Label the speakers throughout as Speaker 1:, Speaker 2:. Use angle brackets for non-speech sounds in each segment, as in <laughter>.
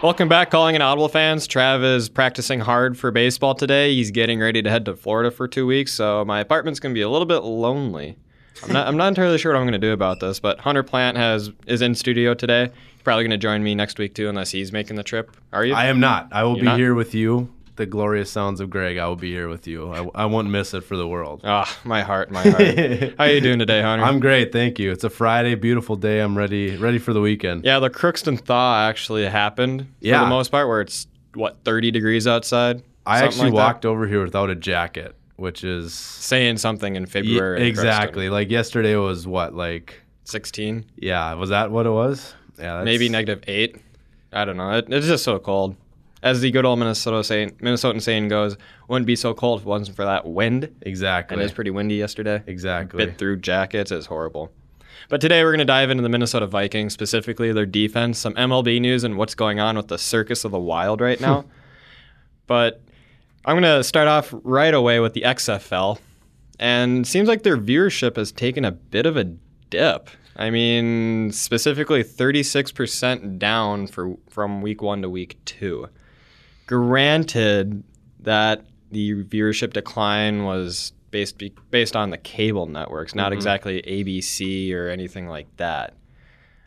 Speaker 1: Welcome back, calling in Audible fans. Trav is practicing hard for baseball today. He's getting ready to head to Florida for two weeks, so my apartment's gonna be a little bit lonely. I'm not, I'm not entirely sure what I'm gonna do about this, but Hunter Plant has is in studio today. He's probably gonna join me next week too, unless he's making the trip. Are you?
Speaker 2: I am not. I will
Speaker 1: You're
Speaker 2: be
Speaker 1: not?
Speaker 2: here with you. The glorious sounds of Greg. I will be here with you. I, I won't miss it for the world.
Speaker 1: Ah, my heart, my
Speaker 2: <laughs>
Speaker 1: heart. How you doing today, Hunter?
Speaker 2: I'm great, thank you. It's a Friday, beautiful day. I'm ready, ready for the weekend.
Speaker 1: yeah, the Crookston thaw actually happened for
Speaker 2: Yeah.
Speaker 1: the most part, where it's what 30 degrees outside.
Speaker 2: I
Speaker 1: Something
Speaker 2: actually
Speaker 1: like that?
Speaker 2: walked over here without a jacket, which is
Speaker 1: saying something in
Speaker 2: Yeah,
Speaker 1: February. in Crookston.
Speaker 2: exactly like yesterday was what like
Speaker 1: 16.
Speaker 2: yeah was that what it was? Yeah, that's,
Speaker 1: maybe negative eight. I don't know. It, it's just so cold. As the good old Minnesota saying, Minnesotan saying goes, wouldn't be so cold if it wasn't for that wind. And it
Speaker 2: exactly
Speaker 1: was pretty windy yesterday.
Speaker 2: exactly.
Speaker 1: Bit through jackets. It's horrible. But today we're going to dive into the Minnesota Vikings, specifically their defense, some MLB news, and what's going on with the circus of the wild right now. but I'm going to start off right away with the XFL. And it seems like their viewership has taken a bit of a dip. I mean, specifically 36% down for, from week one to week two. Granted that the viewership decline was based, be, based on the cable networks,
Speaker 2: Mm-hmm.
Speaker 1: not exactly ABC or anything like that.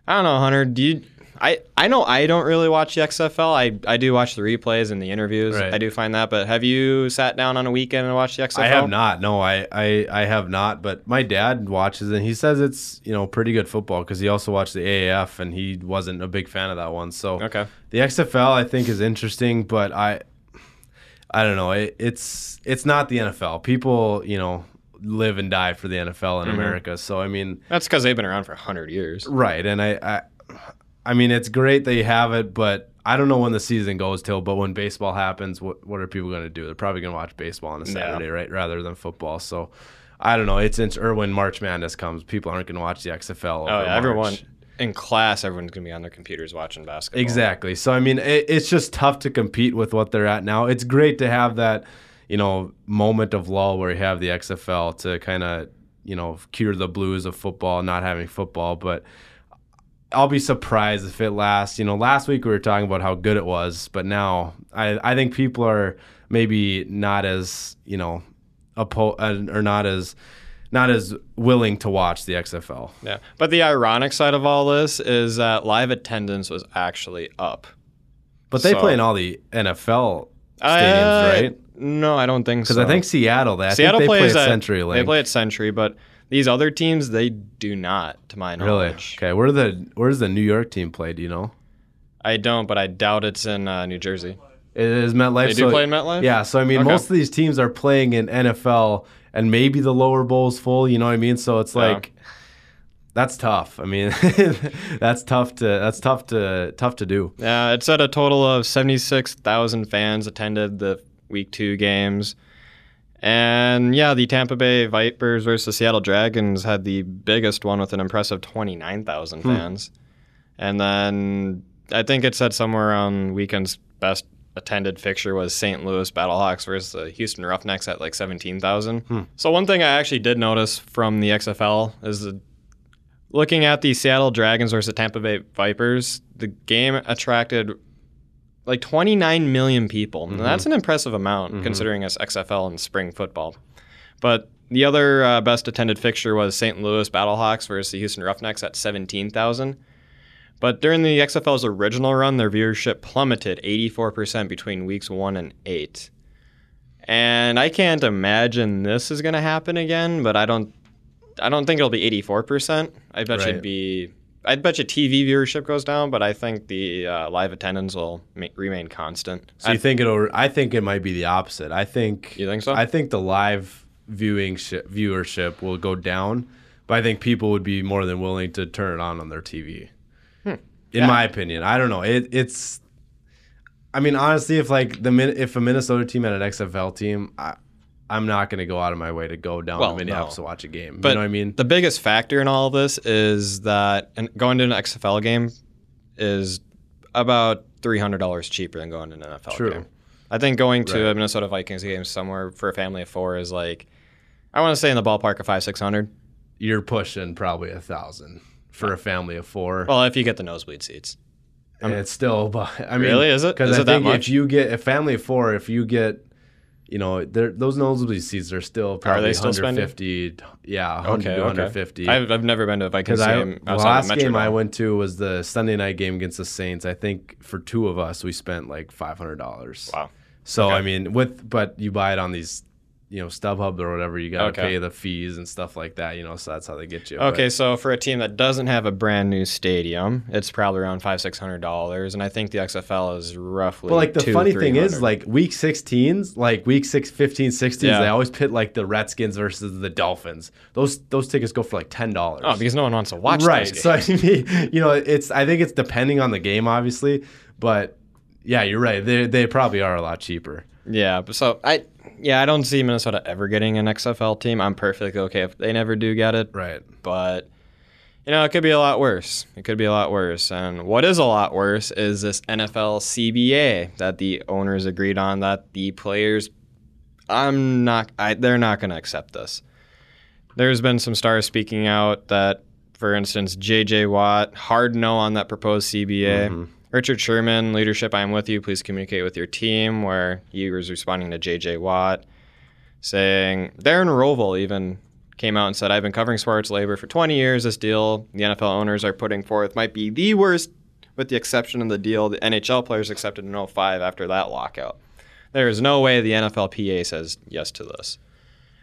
Speaker 1: I don't know, Hunter. Do you? I, I know I don't really watch the XFL. I, I do watch the replays and the interviews.
Speaker 2: Right.
Speaker 1: I do find that. But have you sat down on a weekend and watched the XFL?
Speaker 2: I have not. No, I, I I have not. But my dad watches it. and He says it's you know pretty good football because he also watched the AAF and he wasn't a big fan of that one. So
Speaker 1: Okay.
Speaker 2: the XFL I think is interesting, but I I don't know. It, it's it's not the NFL. People you know live and die for the NFL in America. So I mean,
Speaker 1: That's because they've been around for 100 years.
Speaker 2: Right, and I, I, I mean, it's great they have it, but I don't know when the season goes till. But when baseball happens, what what are people going to do? They're probably going to watch baseball on a Saturday, right, rather than football. So, I don't know. It's it's or when March Madness comes, people aren't going to watch the XFL.
Speaker 1: Oh,
Speaker 2: over
Speaker 1: yeah, everyone
Speaker 2: March.
Speaker 1: in class, everyone's going to be on their computers watching basketball.
Speaker 2: Exactly. So I mean, it, it's just tough to compete with what they're at now. It's great to have that, you know, moment of lull where you have the XFL to kind of, you know, cure the blues of football, not having football. But I'll be surprised if it lasts. You know, last week we were talking about how good it was, but now I I think people are maybe not as you know, oppo- uh, or not as not as willing to watch the XFL.
Speaker 1: Yeah. But the ironic side of all this is that live attendance was actually up.
Speaker 2: But they
Speaker 1: So-
Speaker 2: play in all the NFL stadiums,
Speaker 1: Uh,
Speaker 2: right?
Speaker 1: No, I don't think so.
Speaker 2: Because I think Seattle, they, I
Speaker 1: Seattle
Speaker 2: think they
Speaker 1: plays
Speaker 2: play
Speaker 1: at
Speaker 2: at CenturyLink.
Speaker 1: They play at Century, but these other teams, they do not, to my
Speaker 2: really?
Speaker 1: knowledge.
Speaker 2: Okay, where the where's the New York team play? Do you know?
Speaker 1: I don't, but I doubt it's in uh, New Jersey.
Speaker 2: It is MetLife.
Speaker 1: They do play in MetLife?
Speaker 2: Yeah, so I mean,
Speaker 1: Okay.
Speaker 2: most of these teams are playing in NFL, and maybe the lower bowl's full. You know what I mean? So it's
Speaker 1: Yeah.
Speaker 2: like. That's tough. I mean, <laughs> that's tough to that's tough to tough to do.
Speaker 1: Yeah, Uh, it said a total of 76,000 fans attended the week two games. And yeah, the Tampa Bay Vipers versus the Seattle Dragons had the biggest one with an impressive 29,000 fans. And then I think it said somewhere around weekend's best attended fixture was St. Louis Battlehawks versus the Houston Roughnecks at like 17,000. So one thing I actually did notice from the XFL is the looking at the Seattle Dragons versus the Tampa Bay Vipers, the game attracted like 29 million people. And that's an impressive amount considering it's XFL and spring football. But the other uh, best attended fixture was St. Louis Battlehawks versus the Houston Roughnecks at 17,000. But during the XFL's original run, their viewership plummeted 84% between weeks one and eight. And I can't imagine this is going to happen again, but I don't I don't think it'll be 84%. I bet you it'd
Speaker 2: Right.
Speaker 1: be I bet you TV viewership goes down, but I think the uh, live attendance will ma- remain constant.
Speaker 2: So you think it'll? I think it might be the opposite. I think
Speaker 1: You think so?
Speaker 2: I think the live viewing sh- viewership will go down, but I think people would be more than willing to turn it on on their TV.
Speaker 1: Hmm.
Speaker 2: In my opinion, I don't know. It, it's. I mean, honestly, if like the Min- if a Minnesota team had an XFL team, I, I'm not going to go out of my way to go down
Speaker 1: Well,
Speaker 2: to Minneapolis
Speaker 1: no.
Speaker 2: to watch a game.
Speaker 1: But
Speaker 2: you know what I mean?
Speaker 1: The biggest factor in all of this is that and going to an XFL game is about three hundred dollars cheaper than going to an NFL
Speaker 2: True.
Speaker 1: game. I think going to a
Speaker 2: Right.
Speaker 1: Minnesota Vikings game somewhere for a family of four is like, I want to say in the ballpark of five six hundred.
Speaker 2: You're pushing probably a thousand for a family of four.
Speaker 1: Well, if you get the nosebleed seats, I'm-
Speaker 2: it's still, but I mean,
Speaker 1: Really? Is it?
Speaker 2: Because
Speaker 1: Is
Speaker 2: I
Speaker 1: it that
Speaker 2: think if
Speaker 1: much?
Speaker 2: you get a family of four, if you get, you know, they're- those nosebleed seats are still probably
Speaker 1: they still spending?
Speaker 2: 150. Yeah, 100
Speaker 1: Okay, okay.
Speaker 2: to 150.
Speaker 1: I've, I've never been to a Vikings
Speaker 2: Because I,
Speaker 1: game.
Speaker 2: the
Speaker 1: outside of
Speaker 2: last game I
Speaker 1: Metrodome.
Speaker 2: went to was the Sunday night game against the Saints. I think for two of us, we spent like five hundred dollars.
Speaker 1: Wow.
Speaker 2: So
Speaker 1: Okay.
Speaker 2: I mean, with but you buy it on these, you know, StubHub or whatever. You gotta
Speaker 1: Okay.
Speaker 2: pay the fees and stuff like that. You know, so that's how they get you. But
Speaker 1: Okay, so for a team that doesn't have a brand new stadium, it's probably around five six hundred dollars, and I think the XFL is roughly.
Speaker 2: But like the
Speaker 1: two,
Speaker 2: funny thing is,
Speaker 1: 300.
Speaker 2: like week 16s, like week 6, 15, 16s,
Speaker 1: Yeah.
Speaker 2: they always pit like the Redskins versus the Dolphins. Those those tickets go for like ten dollars.
Speaker 1: oh, because no one wants to watch.
Speaker 2: right.
Speaker 1: those
Speaker 2: So
Speaker 1: games.
Speaker 2: I <laughs> mean, you know, it's I think it's depending on the game, obviously, but yeah, you're right. They they probably are a lot cheaper.
Speaker 1: yeah, but so I, yeah, I don't see Minnesota ever getting an XFL team. I'm perfectly okay if they never do get it,
Speaker 2: Right.
Speaker 1: but you know it could be a lot worse. It could be a lot worse. And what is a lot worse is this NFL CBA that the owners agreed on that the players, I'm not, I, they're not going to accept this. There's been some stars speaking out that, for instance, J.J. Watt hard no on that proposed CBA. Richard Sherman, leadership, I am with you. Please communicate with your team. Where he was responding to J.J. Watt, saying Darren Rovell even came out and said, "I've been covering sports labor for 20 years. This deal the NFL owners are putting forth might be the worst, with the exception of the deal the NHL players accepted in 05 after that lockout. There is no way the NFLPA says yes to this."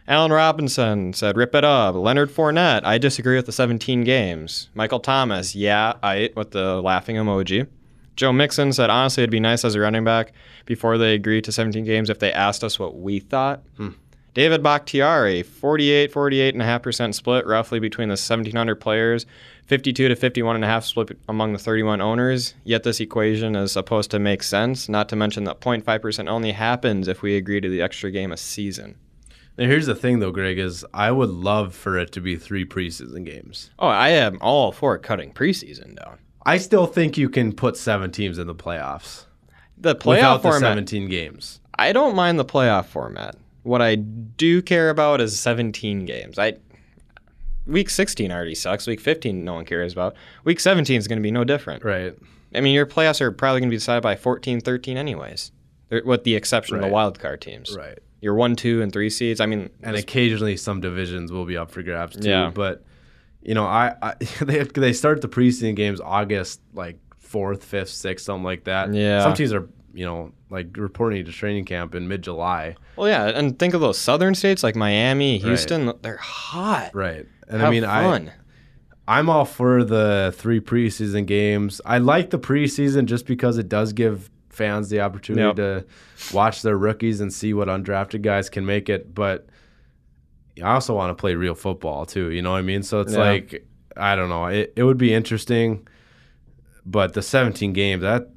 Speaker 1: Alan Robinson said, "Rip it up." Leonard Fournette, I disagree with the 17 games. Michael Thomas, yeah, I with the laughing emoji. Joe Mixon said, honestly, it'd be nice as a running back before they agreed to 17 games if they asked us what we thought. David Bakhtiari, 48, 48.5% split roughly between the 1,700 players, 52 to 51.5 split among the 31 owners. Yet this equation is supposed to make sense, not to mention that 0.5% only happens if we agree to the extra game a season.
Speaker 2: Now here's the thing though, Greg, is I would love for it to be three preseason games.
Speaker 1: Oh, I am all for cutting preseason down.
Speaker 2: I still think you can put seven teams in the playoffs
Speaker 1: The playoff
Speaker 2: without the
Speaker 1: format,
Speaker 2: seventeen games.
Speaker 1: I don't mind the playoff format. What I do care about is 17 games. I week 16 already sucks. Week 15 no one cares about. Week 17 is going to be no different.
Speaker 2: Right.
Speaker 1: I mean, your playoffs are probably going to be decided by 14, 13 anyways. They're- With the exception of
Speaker 2: Right.
Speaker 1: the wild card teams.
Speaker 2: Right.
Speaker 1: Your 1, 2 and 3 seeds. I mean,
Speaker 2: and
Speaker 1: this-
Speaker 2: occasionally some divisions will be up for grabs too.
Speaker 1: Yeah.
Speaker 2: But you know, I, I <laughs> they they start the preseason games August like fourth, fifth, sixth, something like that.
Speaker 1: Yeah.
Speaker 2: Some teams are you know like reporting to training camp in mid July.
Speaker 1: well, yeah, and think of those southern states like Miami, Houston, they're hot.
Speaker 2: Right. And
Speaker 1: Have
Speaker 2: I mean, I
Speaker 1: fun.
Speaker 2: I'm all for the three preseason games. I like the preseason just because it does give fans the opportunity
Speaker 1: Yep.
Speaker 2: to watch their rookies and see what undrafted guys can make it. But I also want to play real football too. You know what I mean? So it's
Speaker 1: Yeah.
Speaker 2: like I don't know. It it would be interesting, but the 17 games that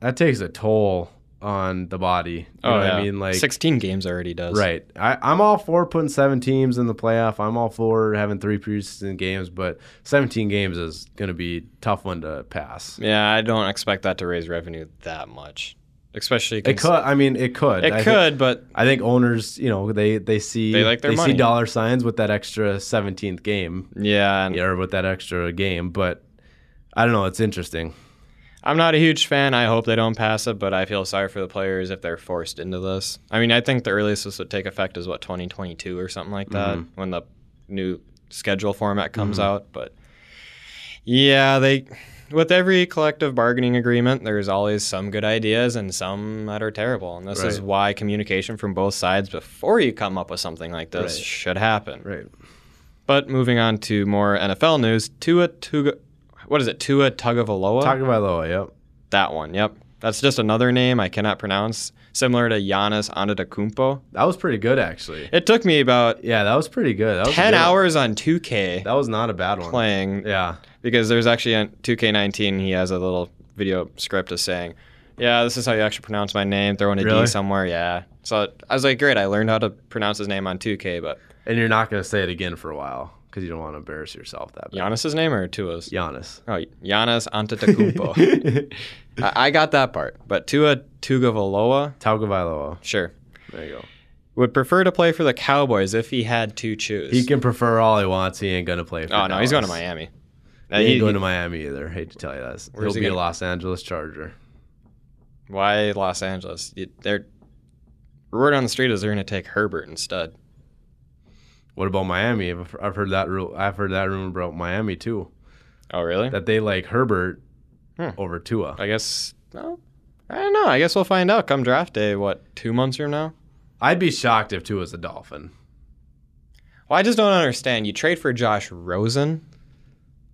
Speaker 2: that takes a toll on the body. You know what I
Speaker 1: Oh, yeah.
Speaker 2: mean? Like
Speaker 1: 16 games already does.
Speaker 2: Right. I, I'm all for putting seven teams in the playoff. I'm all for having three preseason games, but 17 games is going to be a tough one to pass.
Speaker 1: Yeah, I don't expect that to raise revenue that much, especially
Speaker 2: It
Speaker 1: cons-
Speaker 2: could. I mean, it could.
Speaker 1: It
Speaker 2: I thi-
Speaker 1: could, but
Speaker 2: I think owners, you know, they they see
Speaker 1: They like their money.
Speaker 2: see dollar signs with that extra 17th game
Speaker 1: yeah, and
Speaker 2: yeah, or with that extra game, but I don't know. It's interesting.
Speaker 1: I'm not a huge fan. I hope they don't pass it, but I feel sorry for the players if they're forced into this. I mean, I think the earliest this would take effect is what 2022 or something like that
Speaker 2: Mm-hmm.
Speaker 1: when the new schedule format comes out. But yeah, they with every collective bargaining agreement, there's always some good ideas and some that are terrible, and this is
Speaker 2: Right.
Speaker 1: why communication from both sides before you come up with something like this
Speaker 2: Right.
Speaker 1: should happen.
Speaker 2: Right.
Speaker 1: But moving on to more NFL news, Tua Tuga, what is it? Tua Tagovailoa.
Speaker 2: Talking about Loa, yep.
Speaker 1: That one, yep. That's just another name I cannot pronounce, similar to Giannis Antetokounmpo.
Speaker 2: That was pretty good, actually.
Speaker 1: It took me about
Speaker 2: Yeah, that was pretty good. That was a
Speaker 1: 10
Speaker 2: good-
Speaker 1: hours on 2K
Speaker 2: That was not a bad one.
Speaker 1: playing
Speaker 2: Yeah.
Speaker 1: because there's actually on 2K19, he has a little video script of saying, yeah, this is how you actually pronounce my name, throwing a D
Speaker 2: Really?
Speaker 1: somewhere, yeah. So I was like, great, I learned how to pronounce his name on 2K, but
Speaker 2: And you're not going to say it again for a while because you don't want to embarrass yourself that bad.
Speaker 1: Giannis's name or Tua's?
Speaker 2: Giannis.
Speaker 1: Oh, Giannis
Speaker 2: <laughs>
Speaker 1: Antetokounmpo. I, I got that part, but Tua Tugavaloa,
Speaker 2: Tagovailoa.
Speaker 1: sure.
Speaker 2: There you go.
Speaker 1: Would prefer to play for the Cowboys if he had to choose.
Speaker 2: He can prefer all he wants. He ain't going to play for
Speaker 1: Oh no, he's going to
Speaker 2: Dallas.
Speaker 1: Miami. Uh,
Speaker 2: he ain't
Speaker 1: he-
Speaker 2: going to Miami either. Hate to tell you that. He'll
Speaker 1: Where's he
Speaker 2: be a
Speaker 1: gonna-
Speaker 2: Los Angeles Charger.
Speaker 1: Why Los Angeles? You- They're word on the street is they're going to take Herbert instead.
Speaker 2: What about Miami? I've I've heard that. ru- I've heard that rumor about Miami too.
Speaker 1: Oh, really?
Speaker 2: That they like Herbert
Speaker 1: Hmm.
Speaker 2: over Tua.
Speaker 1: I guess. No, I don't know. I guess we'll find out come draft day. What two months from now?
Speaker 2: I'd be shocked if Tua's a Dolphin.
Speaker 1: Well, I just don't understand. You trade for Josh Rosen,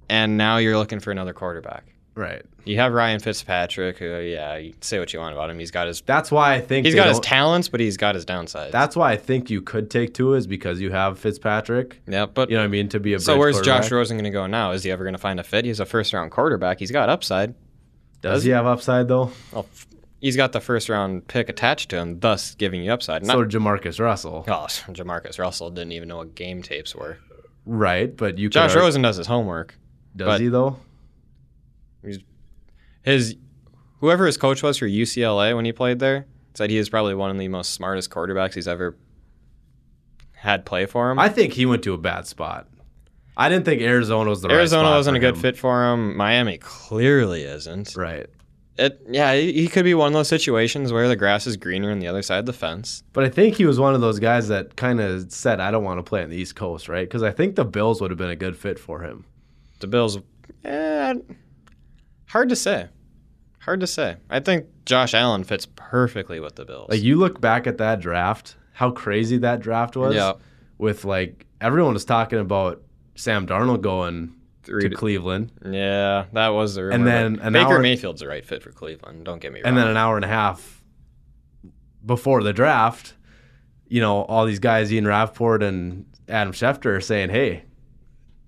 Speaker 1: and now you're looking for another quarterback.
Speaker 2: Right.
Speaker 1: You have Ryan Fitzpatrick, who, yeah, you say what you want about him. He's got his
Speaker 2: That's why I think
Speaker 1: he's
Speaker 2: they
Speaker 1: got his
Speaker 2: don't-
Speaker 1: talents, but he's got his downsides.
Speaker 2: That's why I think you could take Tua is because you have Fitzpatrick.
Speaker 1: yeah, but
Speaker 2: You know what I mean? To be a
Speaker 1: so
Speaker 2: bridge
Speaker 1: where's Josh
Speaker 2: quarterback.
Speaker 1: Rosen going to go now? Is he ever going to find a fit? He's a first round quarterback. He's got upside.
Speaker 2: Does he have upside though?
Speaker 1: Well, f- he's got the first round pick attached to him, thus giving you upside. Not,
Speaker 2: So did Jamarcus Russell.
Speaker 1: oh, Jamarcus Russell didn't even know what game tapes were.
Speaker 2: Right, but you could
Speaker 1: Josh
Speaker 2: argue-
Speaker 1: Rosen does his homework.
Speaker 2: does
Speaker 1: but-
Speaker 2: he though?
Speaker 1: His whoever his coach was for UCLA when he played there said he is probably one of the most smartest quarterbacks he's ever had play for him.
Speaker 2: I think he went to a bad spot. I didn't think Arizona was the right
Speaker 1: Arizona
Speaker 2: spot
Speaker 1: wasn't
Speaker 2: for
Speaker 1: a good
Speaker 2: him.
Speaker 1: fit for him. Miami clearly isn't.
Speaker 2: Right.
Speaker 1: It, yeah, he he could be one of those situations where the grass is greener on the other side of the fence.
Speaker 2: But I think he was one of those guys that kind of said, I don't want to play on the East Coast, right? Because I think the Bills would have been a good fit for him.
Speaker 1: The Bills, eh, hard to say. Hard to say. I think Josh Allen fits perfectly with the Bills.
Speaker 2: Like, you look back at that draft, how crazy that draft was.
Speaker 1: Yeah.
Speaker 2: With, like, everyone was talking about Sam Darnold going
Speaker 1: Three
Speaker 2: to
Speaker 1: to-
Speaker 2: Cleveland.
Speaker 1: yeah, that was the rumor.
Speaker 2: And then
Speaker 1: but
Speaker 2: an
Speaker 1: Baker
Speaker 2: hour-
Speaker 1: Mayfield's the right fit for Cleveland. Don't get me wrong.
Speaker 2: and then an hour and a half before the draft, you know, all these guys, Ian Rapport and Adam Schefter, are saying, "Hey,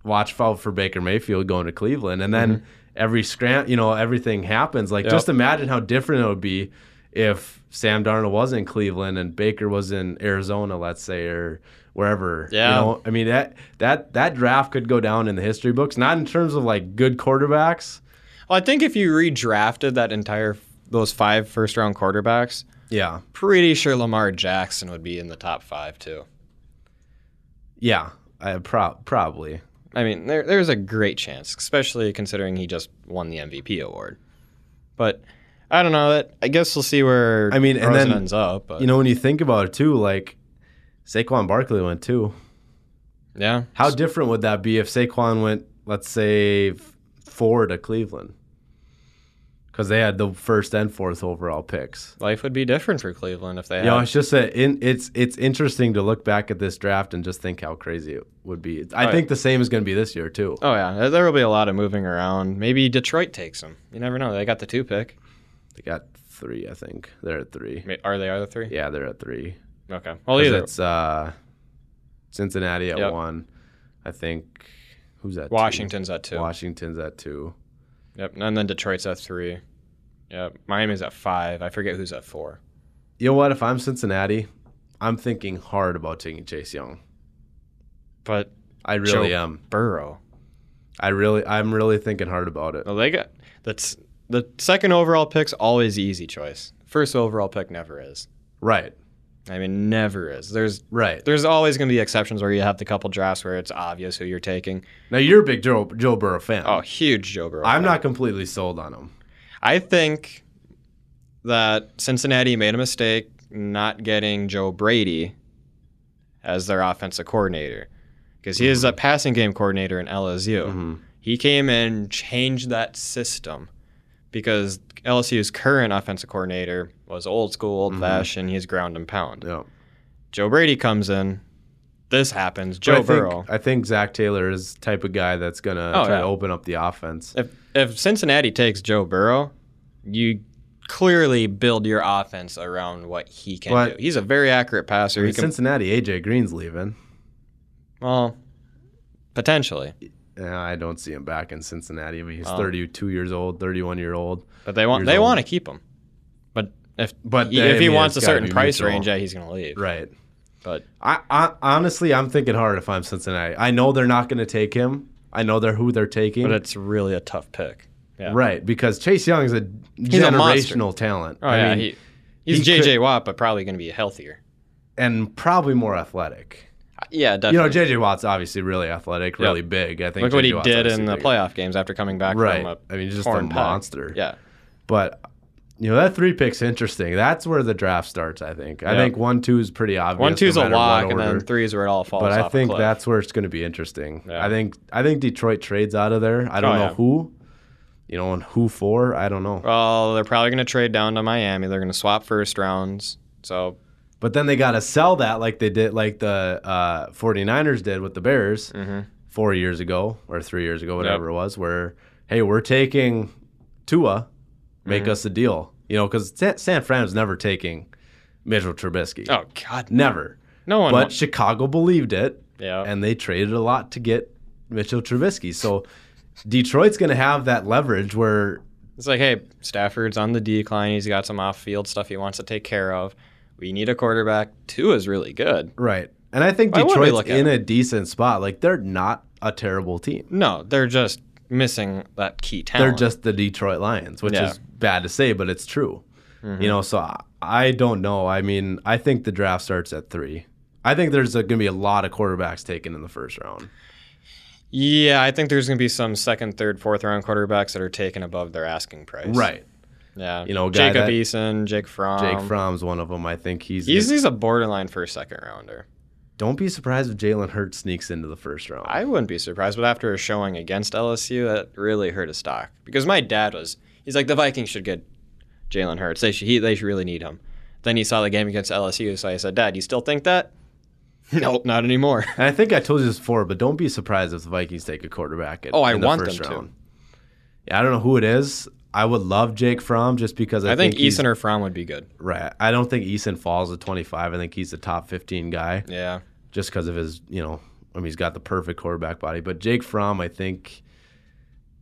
Speaker 2: watch out for Baker Mayfield going to Cleveland." And then every scram, you know, everything happens. Like,
Speaker 1: Mm-hmm. Yep.
Speaker 2: just imagine how different it would be if Sam Darnold was in Cleveland and Baker was in Arizona, let's say, or wherever.
Speaker 1: Yeah.
Speaker 2: You know, I mean that that that draft could go down in the history books, not in terms of like good quarterbacks.
Speaker 1: well, I think if you redrafted that entire those five first round quarterbacks,
Speaker 2: Yeah.
Speaker 1: pretty sure Lamar Jackson would be in the top five too.
Speaker 2: Yeah. I pro- probably.
Speaker 1: I mean, there, there's a great chance, especially considering he just won the MVP award. But I don't know. That I guess we'll see where
Speaker 2: I mean, and
Speaker 1: Rosen
Speaker 2: then,
Speaker 1: ends up. But,
Speaker 2: You know, when you think about it too, like Saquon Barkley went too.
Speaker 1: yeah,
Speaker 2: How different would that be if Saquon went, let's say, f- four to Cleveland? Because they had the first and fourth overall picks.
Speaker 1: life would be different for Cleveland if they had.
Speaker 2: You know, it's just that in, it's it's interesting to look back at this draft and just think how crazy it would be. I
Speaker 1: yeah.
Speaker 2: think the same is going to be this year too.
Speaker 1: oh yeah, there- there will be a lot of moving around. Maybe Detroit takes him. You never know. They got the two pick.
Speaker 2: They got three, I think. They're at three.
Speaker 1: I mean, Are they are the three?
Speaker 2: Yeah, they're at three.
Speaker 1: Okay. Well,
Speaker 2: 'Cause
Speaker 1: either
Speaker 2: It's uh, Cincinnati at
Speaker 1: Oh, Yep.
Speaker 2: one. I think. Who's that?
Speaker 1: Washington's at two.
Speaker 2: Washington's at two.
Speaker 1: Yep. And then Detroit's at three. Yep. Miami's at five. I forget who's at four.
Speaker 2: You know what? If I'm Cincinnati, I'm thinking hard about taking Chase Young.
Speaker 1: But
Speaker 2: I really
Speaker 1: Joe
Speaker 2: am.
Speaker 1: Burrow.
Speaker 2: I really, I'm really thinking hard about it.
Speaker 1: No, they got that's the second overall pick's always the easy choice. First overall pick never is.
Speaker 2: Right,
Speaker 1: I mean, never is. There's
Speaker 2: right.
Speaker 1: there's always going to be exceptions where you have the couple drafts where it's obvious who you're taking.
Speaker 2: Now you're a big Joe, Joe Burrow fan.
Speaker 1: Oh, huge Joe Burrow.
Speaker 2: I'm
Speaker 1: fan.
Speaker 2: not completely sold on him.
Speaker 1: I think that Cincinnati made a mistake not getting Joe Brady as their offensive coordinator because he is
Speaker 2: Mm-hmm.
Speaker 1: a passing game coordinator in LSU. He came in, changed that system because LSU's current offensive coordinator was old school, old
Speaker 2: Mm-hmm.
Speaker 1: fashioned. He's ground and pound.
Speaker 2: Yeah.
Speaker 1: Joe Brady comes in. This happens. Joe
Speaker 2: But I think,
Speaker 1: Burrow.
Speaker 2: I think Zach Taylor is the type of guy that's gonna
Speaker 1: Oh,
Speaker 2: try
Speaker 1: yeah.
Speaker 2: to open up the offense.
Speaker 1: If if Cincinnati takes Joe Burrow, you clearly build your offense around what he can
Speaker 2: But-
Speaker 1: do. He's a very accurate passer.
Speaker 2: I mean,
Speaker 1: he can
Speaker 2: Cincinnati, AJ Green's leaving.
Speaker 1: well potentially.
Speaker 2: Yeah, I don't see him back in Cincinnati. I mean, he's
Speaker 1: Oh.
Speaker 2: 32 years old, 31 year old.
Speaker 1: But they want
Speaker 2: Years
Speaker 1: they
Speaker 2: old.
Speaker 1: want to keep him. But if
Speaker 2: But
Speaker 1: he-
Speaker 2: I
Speaker 1: if he
Speaker 2: mean,
Speaker 1: wants a
Speaker 2: it's gotta
Speaker 1: certain
Speaker 2: be
Speaker 1: price
Speaker 2: mutual.
Speaker 1: range, yeah, he's gonna leave.
Speaker 2: right?
Speaker 1: But
Speaker 2: I, I honestly, I'm thinking hard if I'm Cincinnati. I know they're not going to take him. I know they're who they're taking.
Speaker 1: but it's really a tough pick. Yeah.
Speaker 2: right, because Chase Young is a
Speaker 1: a monster.
Speaker 2: generational talent.
Speaker 1: Oh
Speaker 2: I
Speaker 1: yeah,
Speaker 2: mean,
Speaker 1: he, he's
Speaker 2: he
Speaker 1: JJ Watt, but probably gonna be healthier.
Speaker 2: and probably more athletic.
Speaker 1: Yeah,
Speaker 2: You know,
Speaker 1: definitely.
Speaker 2: JJ Watt's obviously really athletic, really big. I think
Speaker 1: Look what
Speaker 2: J.J.
Speaker 1: he
Speaker 2: Watt's
Speaker 1: did
Speaker 2: obviously
Speaker 1: in the
Speaker 2: bigger.
Speaker 1: playoff games after coming back from
Speaker 2: Right.
Speaker 1: a
Speaker 2: I mean, just a
Speaker 1: torn pec.
Speaker 2: monster.
Speaker 1: Yeah.
Speaker 2: But you know that three picks interesting. That's where the draft starts. I think. I
Speaker 1: Yeah.
Speaker 2: think one two is pretty obvious.
Speaker 1: One two's
Speaker 2: no
Speaker 1: a
Speaker 2: matter
Speaker 1: lock,
Speaker 2: what
Speaker 1: and
Speaker 2: order.
Speaker 1: then three is where it all falls
Speaker 2: But I
Speaker 1: off a
Speaker 2: think
Speaker 1: cliff.
Speaker 2: that's where it's going to be interesting.
Speaker 1: Yeah.
Speaker 2: I think I think Detroit trades out of there. I don't
Speaker 1: Oh,
Speaker 2: know
Speaker 1: yeah.
Speaker 2: who, you know, and who for. I don't know.
Speaker 1: Well, they're probably going to trade down to Miami. They're going to swap first rounds. So
Speaker 2: But then they got to sell that like they did, like the uh, 49ers did with the Bears four years ago or three years ago, whatever it was. Where hey, we're taking Tua, make
Speaker 1: Mm-hmm.
Speaker 2: us a deal. You know, because San, San Fran's never taking Mitchell Trubisky.
Speaker 1: oh god,
Speaker 2: Never.
Speaker 1: no one.
Speaker 2: But Chicago believed it,
Speaker 1: yeah,
Speaker 2: Uh, and they traded a lot to get Mitchell Trubisky. So Detroit's going to have that leverage where
Speaker 1: it's like, hey, Stafford's on the decline. He's got some off-field stuff he wants to take care of. We need a quarterback. Two is really good.
Speaker 2: right, and I think
Speaker 1: Why wouldn't we
Speaker 2: Detroit's
Speaker 1: look at
Speaker 2: in a decent spot. Like they're not a terrible team.
Speaker 1: No, they're just missing that key
Speaker 2: They're
Speaker 1: talent.
Speaker 2: just the Detroit Lions, which
Speaker 1: Yeah. Mm-hmm.
Speaker 2: is bad to say, but it's true. You know, so I, I don't know. I mean, I think the draft starts at three. I think there's going to be a lot of quarterbacks taken in the first round.
Speaker 1: yeah. I think there's going to be some second, third, fourth round quarterbacks that are taken above their asking price.
Speaker 2: Right.
Speaker 1: Yeah.
Speaker 2: You know, a guy
Speaker 1: Jacob
Speaker 2: that-
Speaker 1: Eason, Jake Fromm.
Speaker 2: Jake Fromm's one of them. I think he's.
Speaker 1: He's, he's a borderline first, second rounder.
Speaker 2: don't be surprised if Jalen Hurts sneaks into the first round.
Speaker 1: I wouldn't be surprised, but after a showing against LSU, that really hurt his stock. Because my dad was, he's like, the Vikings should get Jalen Hurts. They should, he, they should really need him. Then he saw the game against LSU, so I said, Dad, you still think that?
Speaker 2: <laughs>
Speaker 1: nope, not anymore.
Speaker 2: And I think I told you this before, but don't be surprised if the Vikings take a quarterback. At,
Speaker 1: Oh, I
Speaker 2: in the
Speaker 1: want
Speaker 2: first
Speaker 1: them to.
Speaker 2: round. Yeah, I don't know who it is. I would love Jake Fromm just because I,
Speaker 1: I think
Speaker 2: he's-
Speaker 1: Eason or Fromm would be good.
Speaker 2: Right. I don't think Eason falls at 25. I think he's the top 15 guy
Speaker 1: Yeah.
Speaker 2: just because of his, you know, I mean, he's got the perfect quarterback body. But Jake Fromm, I think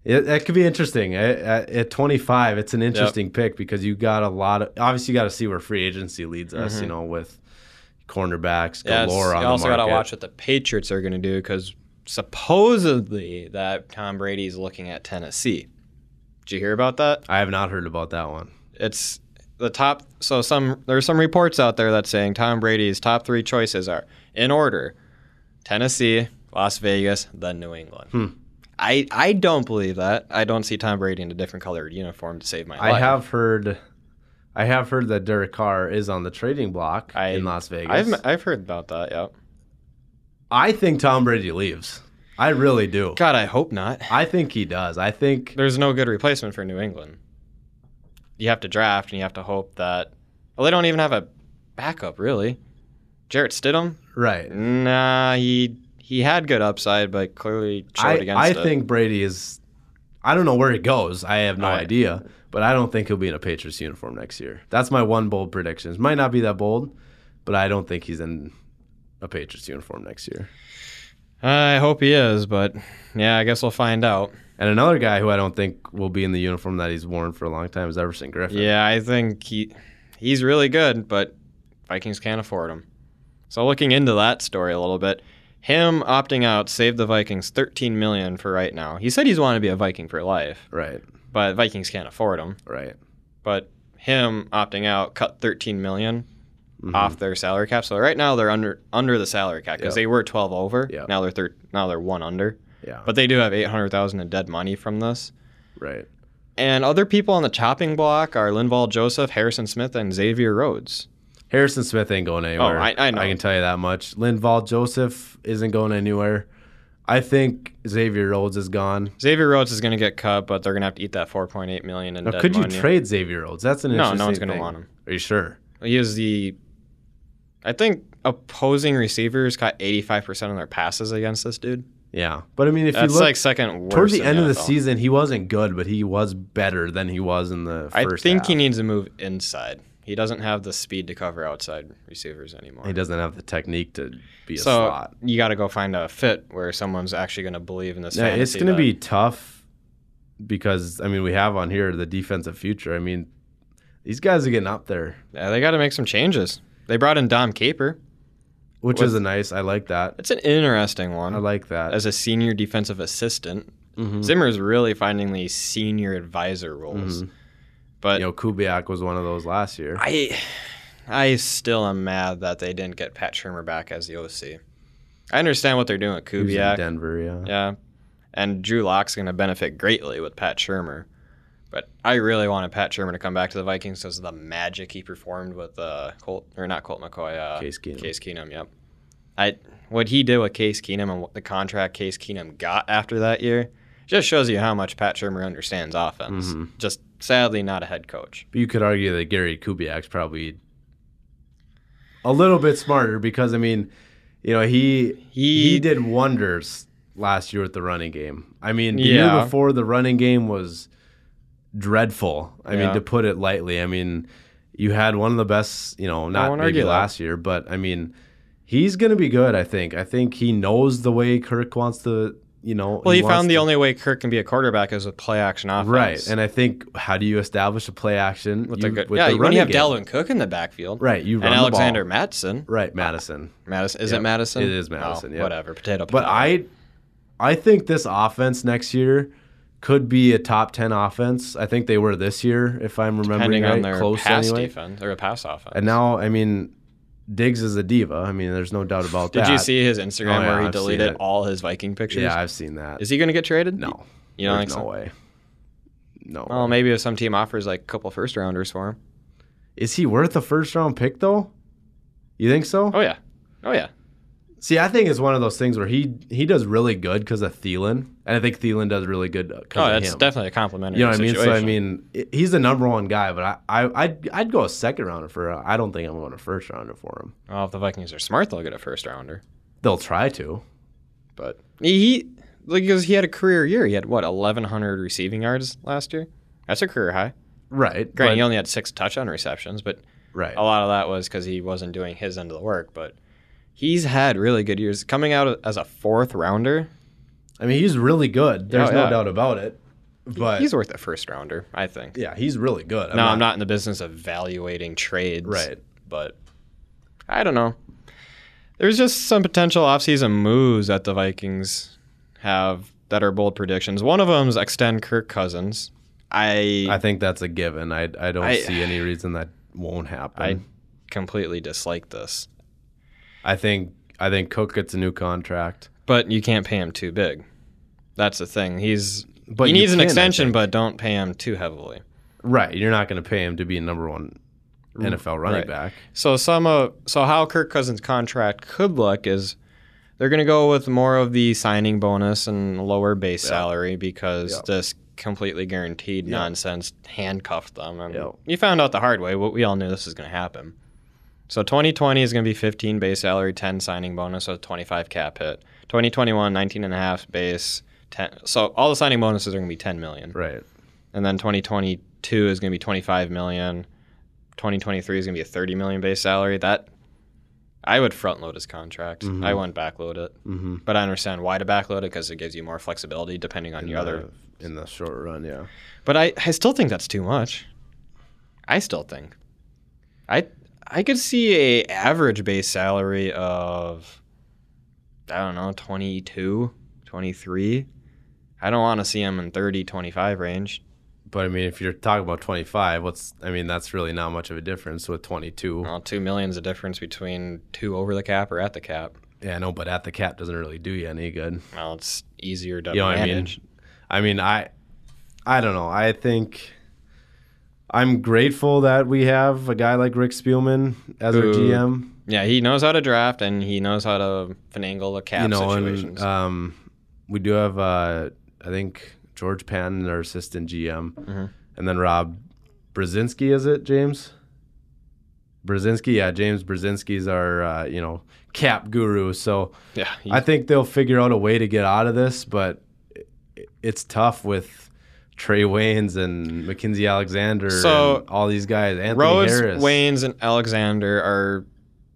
Speaker 2: it, that could be interesting. At, at, at 25, it's an interesting pick because you got a lot of, obviously, you got to see where free agency leads us, you know, with cornerbacks
Speaker 1: yeah it's-
Speaker 2: galore on
Speaker 1: Mm-hmm. you also
Speaker 2: the market.
Speaker 1: got to watch what the Patriots are going to do because supposedly that Tom Brady's looking at Tennessee. Did you hear about that?
Speaker 2: I have not heard about that one.
Speaker 1: it's the top so some there's some reports out there that saying Tom Brady's top three choices are in order Tennessee, Las Vegas, then New England.
Speaker 2: Hmm.
Speaker 1: I, I don't believe that. I don't see Tom Brady in a different colored uniform to save my
Speaker 2: I
Speaker 1: life.
Speaker 2: have heard, I have heard that Derek Carr is on the trading block
Speaker 1: I-
Speaker 2: in Las Vegas.
Speaker 1: I've I've heard about that, yeah.
Speaker 2: I think Tom Brady leaves. I really do.
Speaker 1: God, I hope not.
Speaker 2: I think he does. I think
Speaker 1: There's no good replacement for New England. You have to draft and you have to hope that well they don't even have a backup really. Jarrett Stidham?
Speaker 2: right.
Speaker 1: Nah, he he had good upside, but clearly showed
Speaker 2: I
Speaker 1: against
Speaker 2: I
Speaker 1: it.
Speaker 2: think Brady is. I don't know where he goes. I have no
Speaker 1: Right.
Speaker 2: idea. But I don't think he'll be in a Patriots uniform next year. That's my one bold prediction. It might not be that bold, but I don't think he's in a Patriots uniform next year.
Speaker 1: I hope he is, but yeah, I guess we'll find out.
Speaker 2: And another guy who I don't think will be in the uniform that he's worn for a long time is Everson Griffin.
Speaker 1: Yeah, I think he he's really good, but Vikings can't afford him. So looking into that story a little bit, him opting out saved the Vikings 13 million for right now. He said he's wanted to be a Viking for life,
Speaker 2: Right.
Speaker 1: but Vikings can't afford him.
Speaker 2: Right.
Speaker 1: But him opting out cut 13 million
Speaker 2: Mm-hmm.
Speaker 1: off their salary cap. So right now they're under under the salary cap because
Speaker 2: Yep.
Speaker 1: they were 12 over.
Speaker 2: Yep.
Speaker 1: Now they're thir- now they're one under.
Speaker 2: Yeah.
Speaker 1: But they do have 800,000 in dead money from this.
Speaker 2: right.
Speaker 1: And other people on the chopping block are Linval Joseph, Harrison Smith, and Xavier Rhodes.
Speaker 2: Harrison Smith ain't going anywhere.
Speaker 1: Oh, I- I know.
Speaker 2: I can tell you that much. Linval Joseph isn't going anywhere. I think Xavier Rhodes is gone.
Speaker 1: Xavier Rhodes is going to get cut, but they're going to have to eat that 4.8 million in
Speaker 2: Now,
Speaker 1: dead
Speaker 2: could
Speaker 1: money.
Speaker 2: you trade Xavier Rhodes? That's an
Speaker 1: No, no
Speaker 2: interesting
Speaker 1: one's gonna
Speaker 2: thing.
Speaker 1: want him.
Speaker 2: Are you sure?
Speaker 1: He was the, I think opposing receivers caught 85% of their passes against this dude.
Speaker 2: Yeah, but I mean, if
Speaker 1: That's
Speaker 2: you look
Speaker 1: like second worst.
Speaker 2: towards the
Speaker 1: in
Speaker 2: end of the
Speaker 1: NFL.
Speaker 2: season, he wasn't good, but he was better than he was in the
Speaker 1: I
Speaker 2: first.
Speaker 1: think he
Speaker 2: half.
Speaker 1: needs to move inside. He doesn't have the speed to cover outside receivers anymore.
Speaker 2: he doesn't have the technique to be a
Speaker 1: so
Speaker 2: slot.
Speaker 1: you got to go find a fit where someone's actually going to believe in this.
Speaker 2: Yeah, it's
Speaker 1: fantasy
Speaker 2: going to
Speaker 1: that-
Speaker 2: be tough because I mean, we have on here the defensive future. I mean, these guys are getting up there,
Speaker 1: Yeah, they got to make some changes. They brought in Dom Caper.
Speaker 2: which
Speaker 1: What-
Speaker 2: is a nice. I like that.
Speaker 1: It's an interesting one.
Speaker 2: I like that. Mm-hmm.
Speaker 1: As a senior defensive assistant, Zimmer's really finding these senior advisor roles.
Speaker 2: Mm-hmm.
Speaker 1: But
Speaker 2: you know, Kubiak was one of those last year.
Speaker 1: I, I still am mad that they didn't get Pat Shermer back as the OC. I understand what they're doing with
Speaker 2: He was in
Speaker 1: Kubiak.
Speaker 2: Denver, yeah.
Speaker 1: Yeah. And Drew Locke's going to benefit greatly with Pat Shermer. But I really wanted Pat Shermer to come back to the Vikings because of the magic he performed with uh, Colt, or not Colt McCoy, uh,
Speaker 2: Case Keenum.
Speaker 1: Case Keenum, yep. I, what he did with Case Keenum and what the contract Case Keenum got after that year just shows you how much Pat Shermer understands offense.
Speaker 2: Mhm.
Speaker 1: Just sadly, not a head coach.
Speaker 2: But you could argue that Gary Kubiak's probably a little bit smarter because I mean, you know, he
Speaker 1: He,
Speaker 2: he, did wonders last year with the running game. I mean, the year
Speaker 1: Yeah.
Speaker 2: before the running game was dreadful. I mean,
Speaker 1: Yeah.
Speaker 2: to put it lightly, I mean, you had one of the best, you know, not
Speaker 1: won't
Speaker 2: maybe
Speaker 1: argue that.
Speaker 2: last year, but I mean, he's going to be good, I think. I think he knows the way Kirk wants to, you know,
Speaker 1: Well, he,
Speaker 2: wants
Speaker 1: found the
Speaker 2: to-
Speaker 1: only way Kirk can be a quarterback is with play action offense.
Speaker 2: Right, and I think how do you establish a play action
Speaker 1: with the
Speaker 2: You-
Speaker 1: good,
Speaker 2: with
Speaker 1: yeah,
Speaker 2: the
Speaker 1: when you have
Speaker 2: running game.
Speaker 1: Dalvin Cook in the backfield,
Speaker 2: Right, you run
Speaker 1: and
Speaker 2: the ball.
Speaker 1: Alexander Madison.
Speaker 2: Right, Madison.
Speaker 1: Madison is
Speaker 2: Yep.
Speaker 1: it Madison?
Speaker 2: It is Madison,
Speaker 1: Oh,
Speaker 2: yep.
Speaker 1: Whatever, potato.
Speaker 2: But
Speaker 1: potato.
Speaker 2: I I think this offense next year could be a top 10 offense. I think they were this year if I'm remembering
Speaker 1: depending on
Speaker 2: right,
Speaker 1: their
Speaker 2: close
Speaker 1: pass
Speaker 2: anyway.
Speaker 1: defense or a pass offense.
Speaker 2: And now, I mean, Diggs is a diva. I mean, there's no doubt about
Speaker 1: did
Speaker 2: that.
Speaker 1: you see his Instagram
Speaker 2: Oh, yeah,
Speaker 1: where he
Speaker 2: I've seen
Speaker 1: deleted
Speaker 2: it.
Speaker 1: all his Viking pictures?
Speaker 2: Yeah, I've seen that.
Speaker 1: Is he going to get traded?
Speaker 2: no.
Speaker 1: you don't
Speaker 2: there's
Speaker 1: think
Speaker 2: no
Speaker 1: so.
Speaker 2: way. No.
Speaker 1: Well, maybe if some team offers like a couple first rounders for him.
Speaker 2: Is he worth a first round pick though? You think so?
Speaker 1: Oh yeah, oh yeah.
Speaker 2: See, I think it's one of those things where he he does really good because of Thielen, and I think Thielen does really good because
Speaker 1: Oh,
Speaker 2: of
Speaker 1: that's
Speaker 2: him.
Speaker 1: definitely a complimentary.
Speaker 2: You know what I mean?
Speaker 1: situation.
Speaker 2: So I mean, i- he's the number one guy, but I, I I'd, I'd go a second rounder for. him. I don't think I'm going a first rounder for him.
Speaker 1: well, if the Vikings are smart, they'll get a first rounder.
Speaker 2: They'll try to, but
Speaker 1: He like because he had a career year. He had what 1,100 receiving yards last year. That's a career high. Granted,
Speaker 2: right, but-
Speaker 1: he only had six touchdown receptions, but
Speaker 2: right.
Speaker 1: a lot of that was because he wasn't doing his end of the work, but he's had really good years. Coming out as a fourth rounder,
Speaker 2: I mean, he's really good. There's
Speaker 1: Oh,
Speaker 2: no
Speaker 1: yeah.
Speaker 2: doubt about it. But
Speaker 1: he's worth a first rounder, I think.
Speaker 2: yeah, he's really good.
Speaker 1: no, I'm not in the business of evaluating trades.
Speaker 2: right.
Speaker 1: But I don't know. There's just some potential offseason moves that the Vikings have that are bold predictions. One of them is extend Kirk Cousins. I
Speaker 2: I think that's a given. I I don't
Speaker 1: I-
Speaker 2: see any reason that won't
Speaker 1: I
Speaker 2: happen.
Speaker 1: completely dislike this.
Speaker 2: I, think I think Cook gets a new contract,
Speaker 1: But you can't pay him too big. That's the thing. He's
Speaker 2: but
Speaker 1: he
Speaker 2: you
Speaker 1: needs an
Speaker 2: can, I
Speaker 1: extension,
Speaker 2: think.
Speaker 1: but don't pay him too heavily.
Speaker 2: Right, you're not going to pay him to be a number one NFL running
Speaker 1: right.
Speaker 2: back.
Speaker 1: So some of so how Kirk Cousins' contract could look is they're going to go with more of the signing bonus and lower base salary because
Speaker 2: Yeah.
Speaker 1: this completely guaranteed
Speaker 2: Yeah.
Speaker 1: nonsense handcuffed them. And
Speaker 2: Yeah.
Speaker 1: You found out the hard way. What we all knew this was going to happen. So 2020 is going to be 15 base salary, 10 signing bonus, so 25 cap hit. 2021 19 and a half base, 10. So all the signing bonuses are going to be 10 million
Speaker 2: Right.
Speaker 1: and then 2022 is going to be 25 million 2023 is going to be a 30 million base salary that i would front load his contract
Speaker 2: Mhm.
Speaker 1: i wouldn't backload it
Speaker 2: Mm-hmm.
Speaker 1: but i understand why to backload it because it gives you more flexibility depending on your other
Speaker 2: in the short run, yeah.
Speaker 1: but I, I still think that's too much i still think i i could see a average base salary of i don't know 22 23 i don't want to see him in 30 25 range
Speaker 2: But I mean, if you're talking about 25, what's I mean, that's really not much of a difference with 22.
Speaker 1: Well, two million's the difference between two over the cap or at the cap.
Speaker 2: Yeah, I know, but at the cap doesn't really do you any good.
Speaker 1: Well, it's easier to
Speaker 2: You know what I mean?
Speaker 1: manage.
Speaker 2: I mean, I, I don't know. I think I'm grateful that we have a guy like Rick Spielman as our
Speaker 1: Who-
Speaker 2: GM.
Speaker 1: Yeah, he knows how to draft and he knows how to finagle the cap
Speaker 2: you know, and
Speaker 1: situations.
Speaker 2: um, we do have uh, I think George Patton, our assistant GM,
Speaker 1: Mhm.
Speaker 2: and then Rob Brzezinski. Is it James? Brzezinski, yeah, James Brzezinski's our uh, you know cap guru. So
Speaker 1: yeah, he-
Speaker 2: I think they'll figure out a way to get out of this, but i- it's tough with Trey Waynes and Mackenzie Alexander
Speaker 1: So,
Speaker 2: and all these guys. Anthony
Speaker 1: Rhodes,
Speaker 2: Harris,
Speaker 1: Waynes, and Alexander are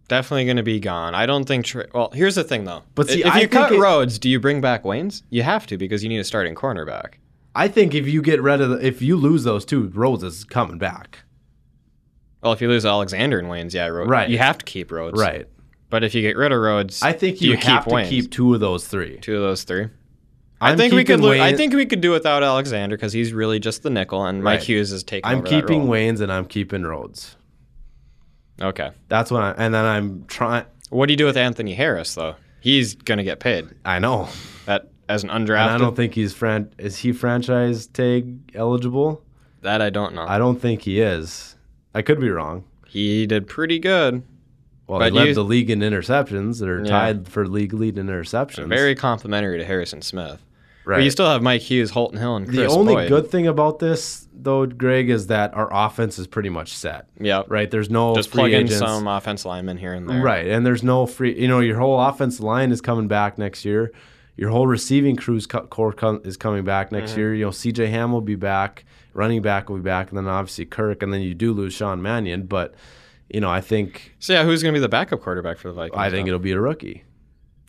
Speaker 1: definitely going to be gone. I don't think. Tra- well, here's the thing though.
Speaker 2: But see,
Speaker 1: if
Speaker 2: I
Speaker 1: you
Speaker 2: think
Speaker 1: cut
Speaker 2: it-
Speaker 1: Rhodes, do you bring back Waynes? You have to because you need a starting cornerback.
Speaker 2: I think if you get rid of the, if you lose those two, Rhodes is coming back.
Speaker 1: Well, if you lose Alexander and Waynes, yeah, Rhodes.
Speaker 2: Right.
Speaker 1: You have to keep Rhodes.
Speaker 2: Right.
Speaker 1: But if you get rid of Rhodes,
Speaker 2: I think
Speaker 1: do
Speaker 2: you, have to
Speaker 1: Waynes?
Speaker 2: keep two of those three.
Speaker 1: two of those three.
Speaker 2: I'm
Speaker 1: I think we
Speaker 2: keeping
Speaker 1: could. Lo- I
Speaker 2: Wayne-
Speaker 1: think we could do without Alexander because he's really just the nickel, and Mike
Speaker 2: Right.
Speaker 1: Hughes is taking.
Speaker 2: I'm
Speaker 1: over that
Speaker 2: keeping
Speaker 1: role.
Speaker 2: Wayne's and I'm keeping Rhodes.
Speaker 1: Okay.
Speaker 2: That's what I and then I'm trying.
Speaker 1: What do you do with Anthony Harris though? he's going to get paid
Speaker 2: I know.
Speaker 1: that as an
Speaker 2: And
Speaker 1: undrafted.
Speaker 2: I don't think he's fran. Is he franchise tag eligible?
Speaker 1: that I don't know.
Speaker 2: I don't think he is. I could be wrong.
Speaker 1: he did pretty good.
Speaker 2: Well,
Speaker 1: But
Speaker 2: he led
Speaker 1: you-
Speaker 2: the league in interceptions, or
Speaker 1: Yeah.
Speaker 2: tied for league lead in interceptions.
Speaker 1: Very complimentary to Harrison Smith.
Speaker 2: right.
Speaker 1: But you still have Mike Hughes, Holton Hill, and Chris
Speaker 2: the only
Speaker 1: Boyd.
Speaker 2: good thing about this, though, Greg, is that our offense is pretty much set.
Speaker 1: Yep.
Speaker 2: Right? There's no
Speaker 1: Just
Speaker 2: free
Speaker 1: plug in
Speaker 2: agents.
Speaker 1: some offense linemen here and there.
Speaker 2: Right. And there's no free, you know, your whole offensive line is coming back next year. Your whole receiving crew's co- core com- is coming back next year. You know, CJ Ham will be back, running back will be back, and then obviously Kirk, and then you do lose Sean Mannion. But, you know, I think
Speaker 1: So yeah, who's going to be the backup quarterback for the Vikings?
Speaker 2: I think
Speaker 1: then?
Speaker 2: it'll be a rookie.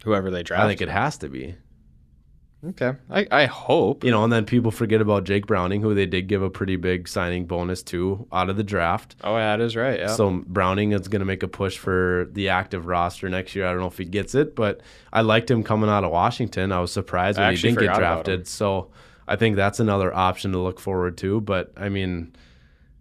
Speaker 1: whoever they draft.
Speaker 2: I think it has to be.
Speaker 1: okay. I, I hope.
Speaker 2: You know, and then people forget about Jake Browning, who they did give a pretty big signing bonus to out of the draft.
Speaker 1: Oh yeah, it is right. Yeah.
Speaker 2: So Browning is going to make a push for the active roster next year. I don't know if he gets it, but I liked him coming out of Washington. I was surprised
Speaker 1: I
Speaker 2: when he
Speaker 1: actually
Speaker 2: didn't get
Speaker 1: forgot about him.
Speaker 2: drafted. So I think that's another option to look forward to. But I mean,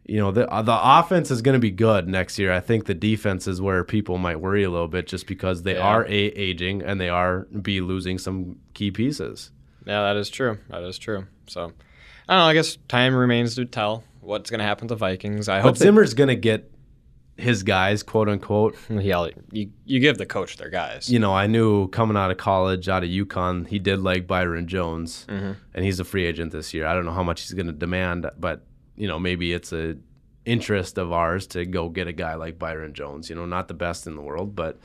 Speaker 2: you know, the uh, the offense is going to be good next year. I think the defense is where people might worry a little bit, just because they
Speaker 1: Yeah.
Speaker 2: are a aging and they are b losing some key pieces.
Speaker 1: yeah, that is true. That is true. So I don't know. I guess time remains to tell what's going to happen to the Vikings. I hope
Speaker 2: But
Speaker 1: they,
Speaker 2: Zimmer's going to get his guys, quote unquote,
Speaker 1: <laughs> yeah, you you give the coach their guys.
Speaker 2: you know, I knew coming out of college, out of UConn, he did like Byron Jones,
Speaker 1: Mm-hmm.
Speaker 2: and he's a free agent this year. I don't know how much he's going to demand, but you know, maybe it's a interest of ours to go get a guy like Byron Jones. You know, not the best in the world, but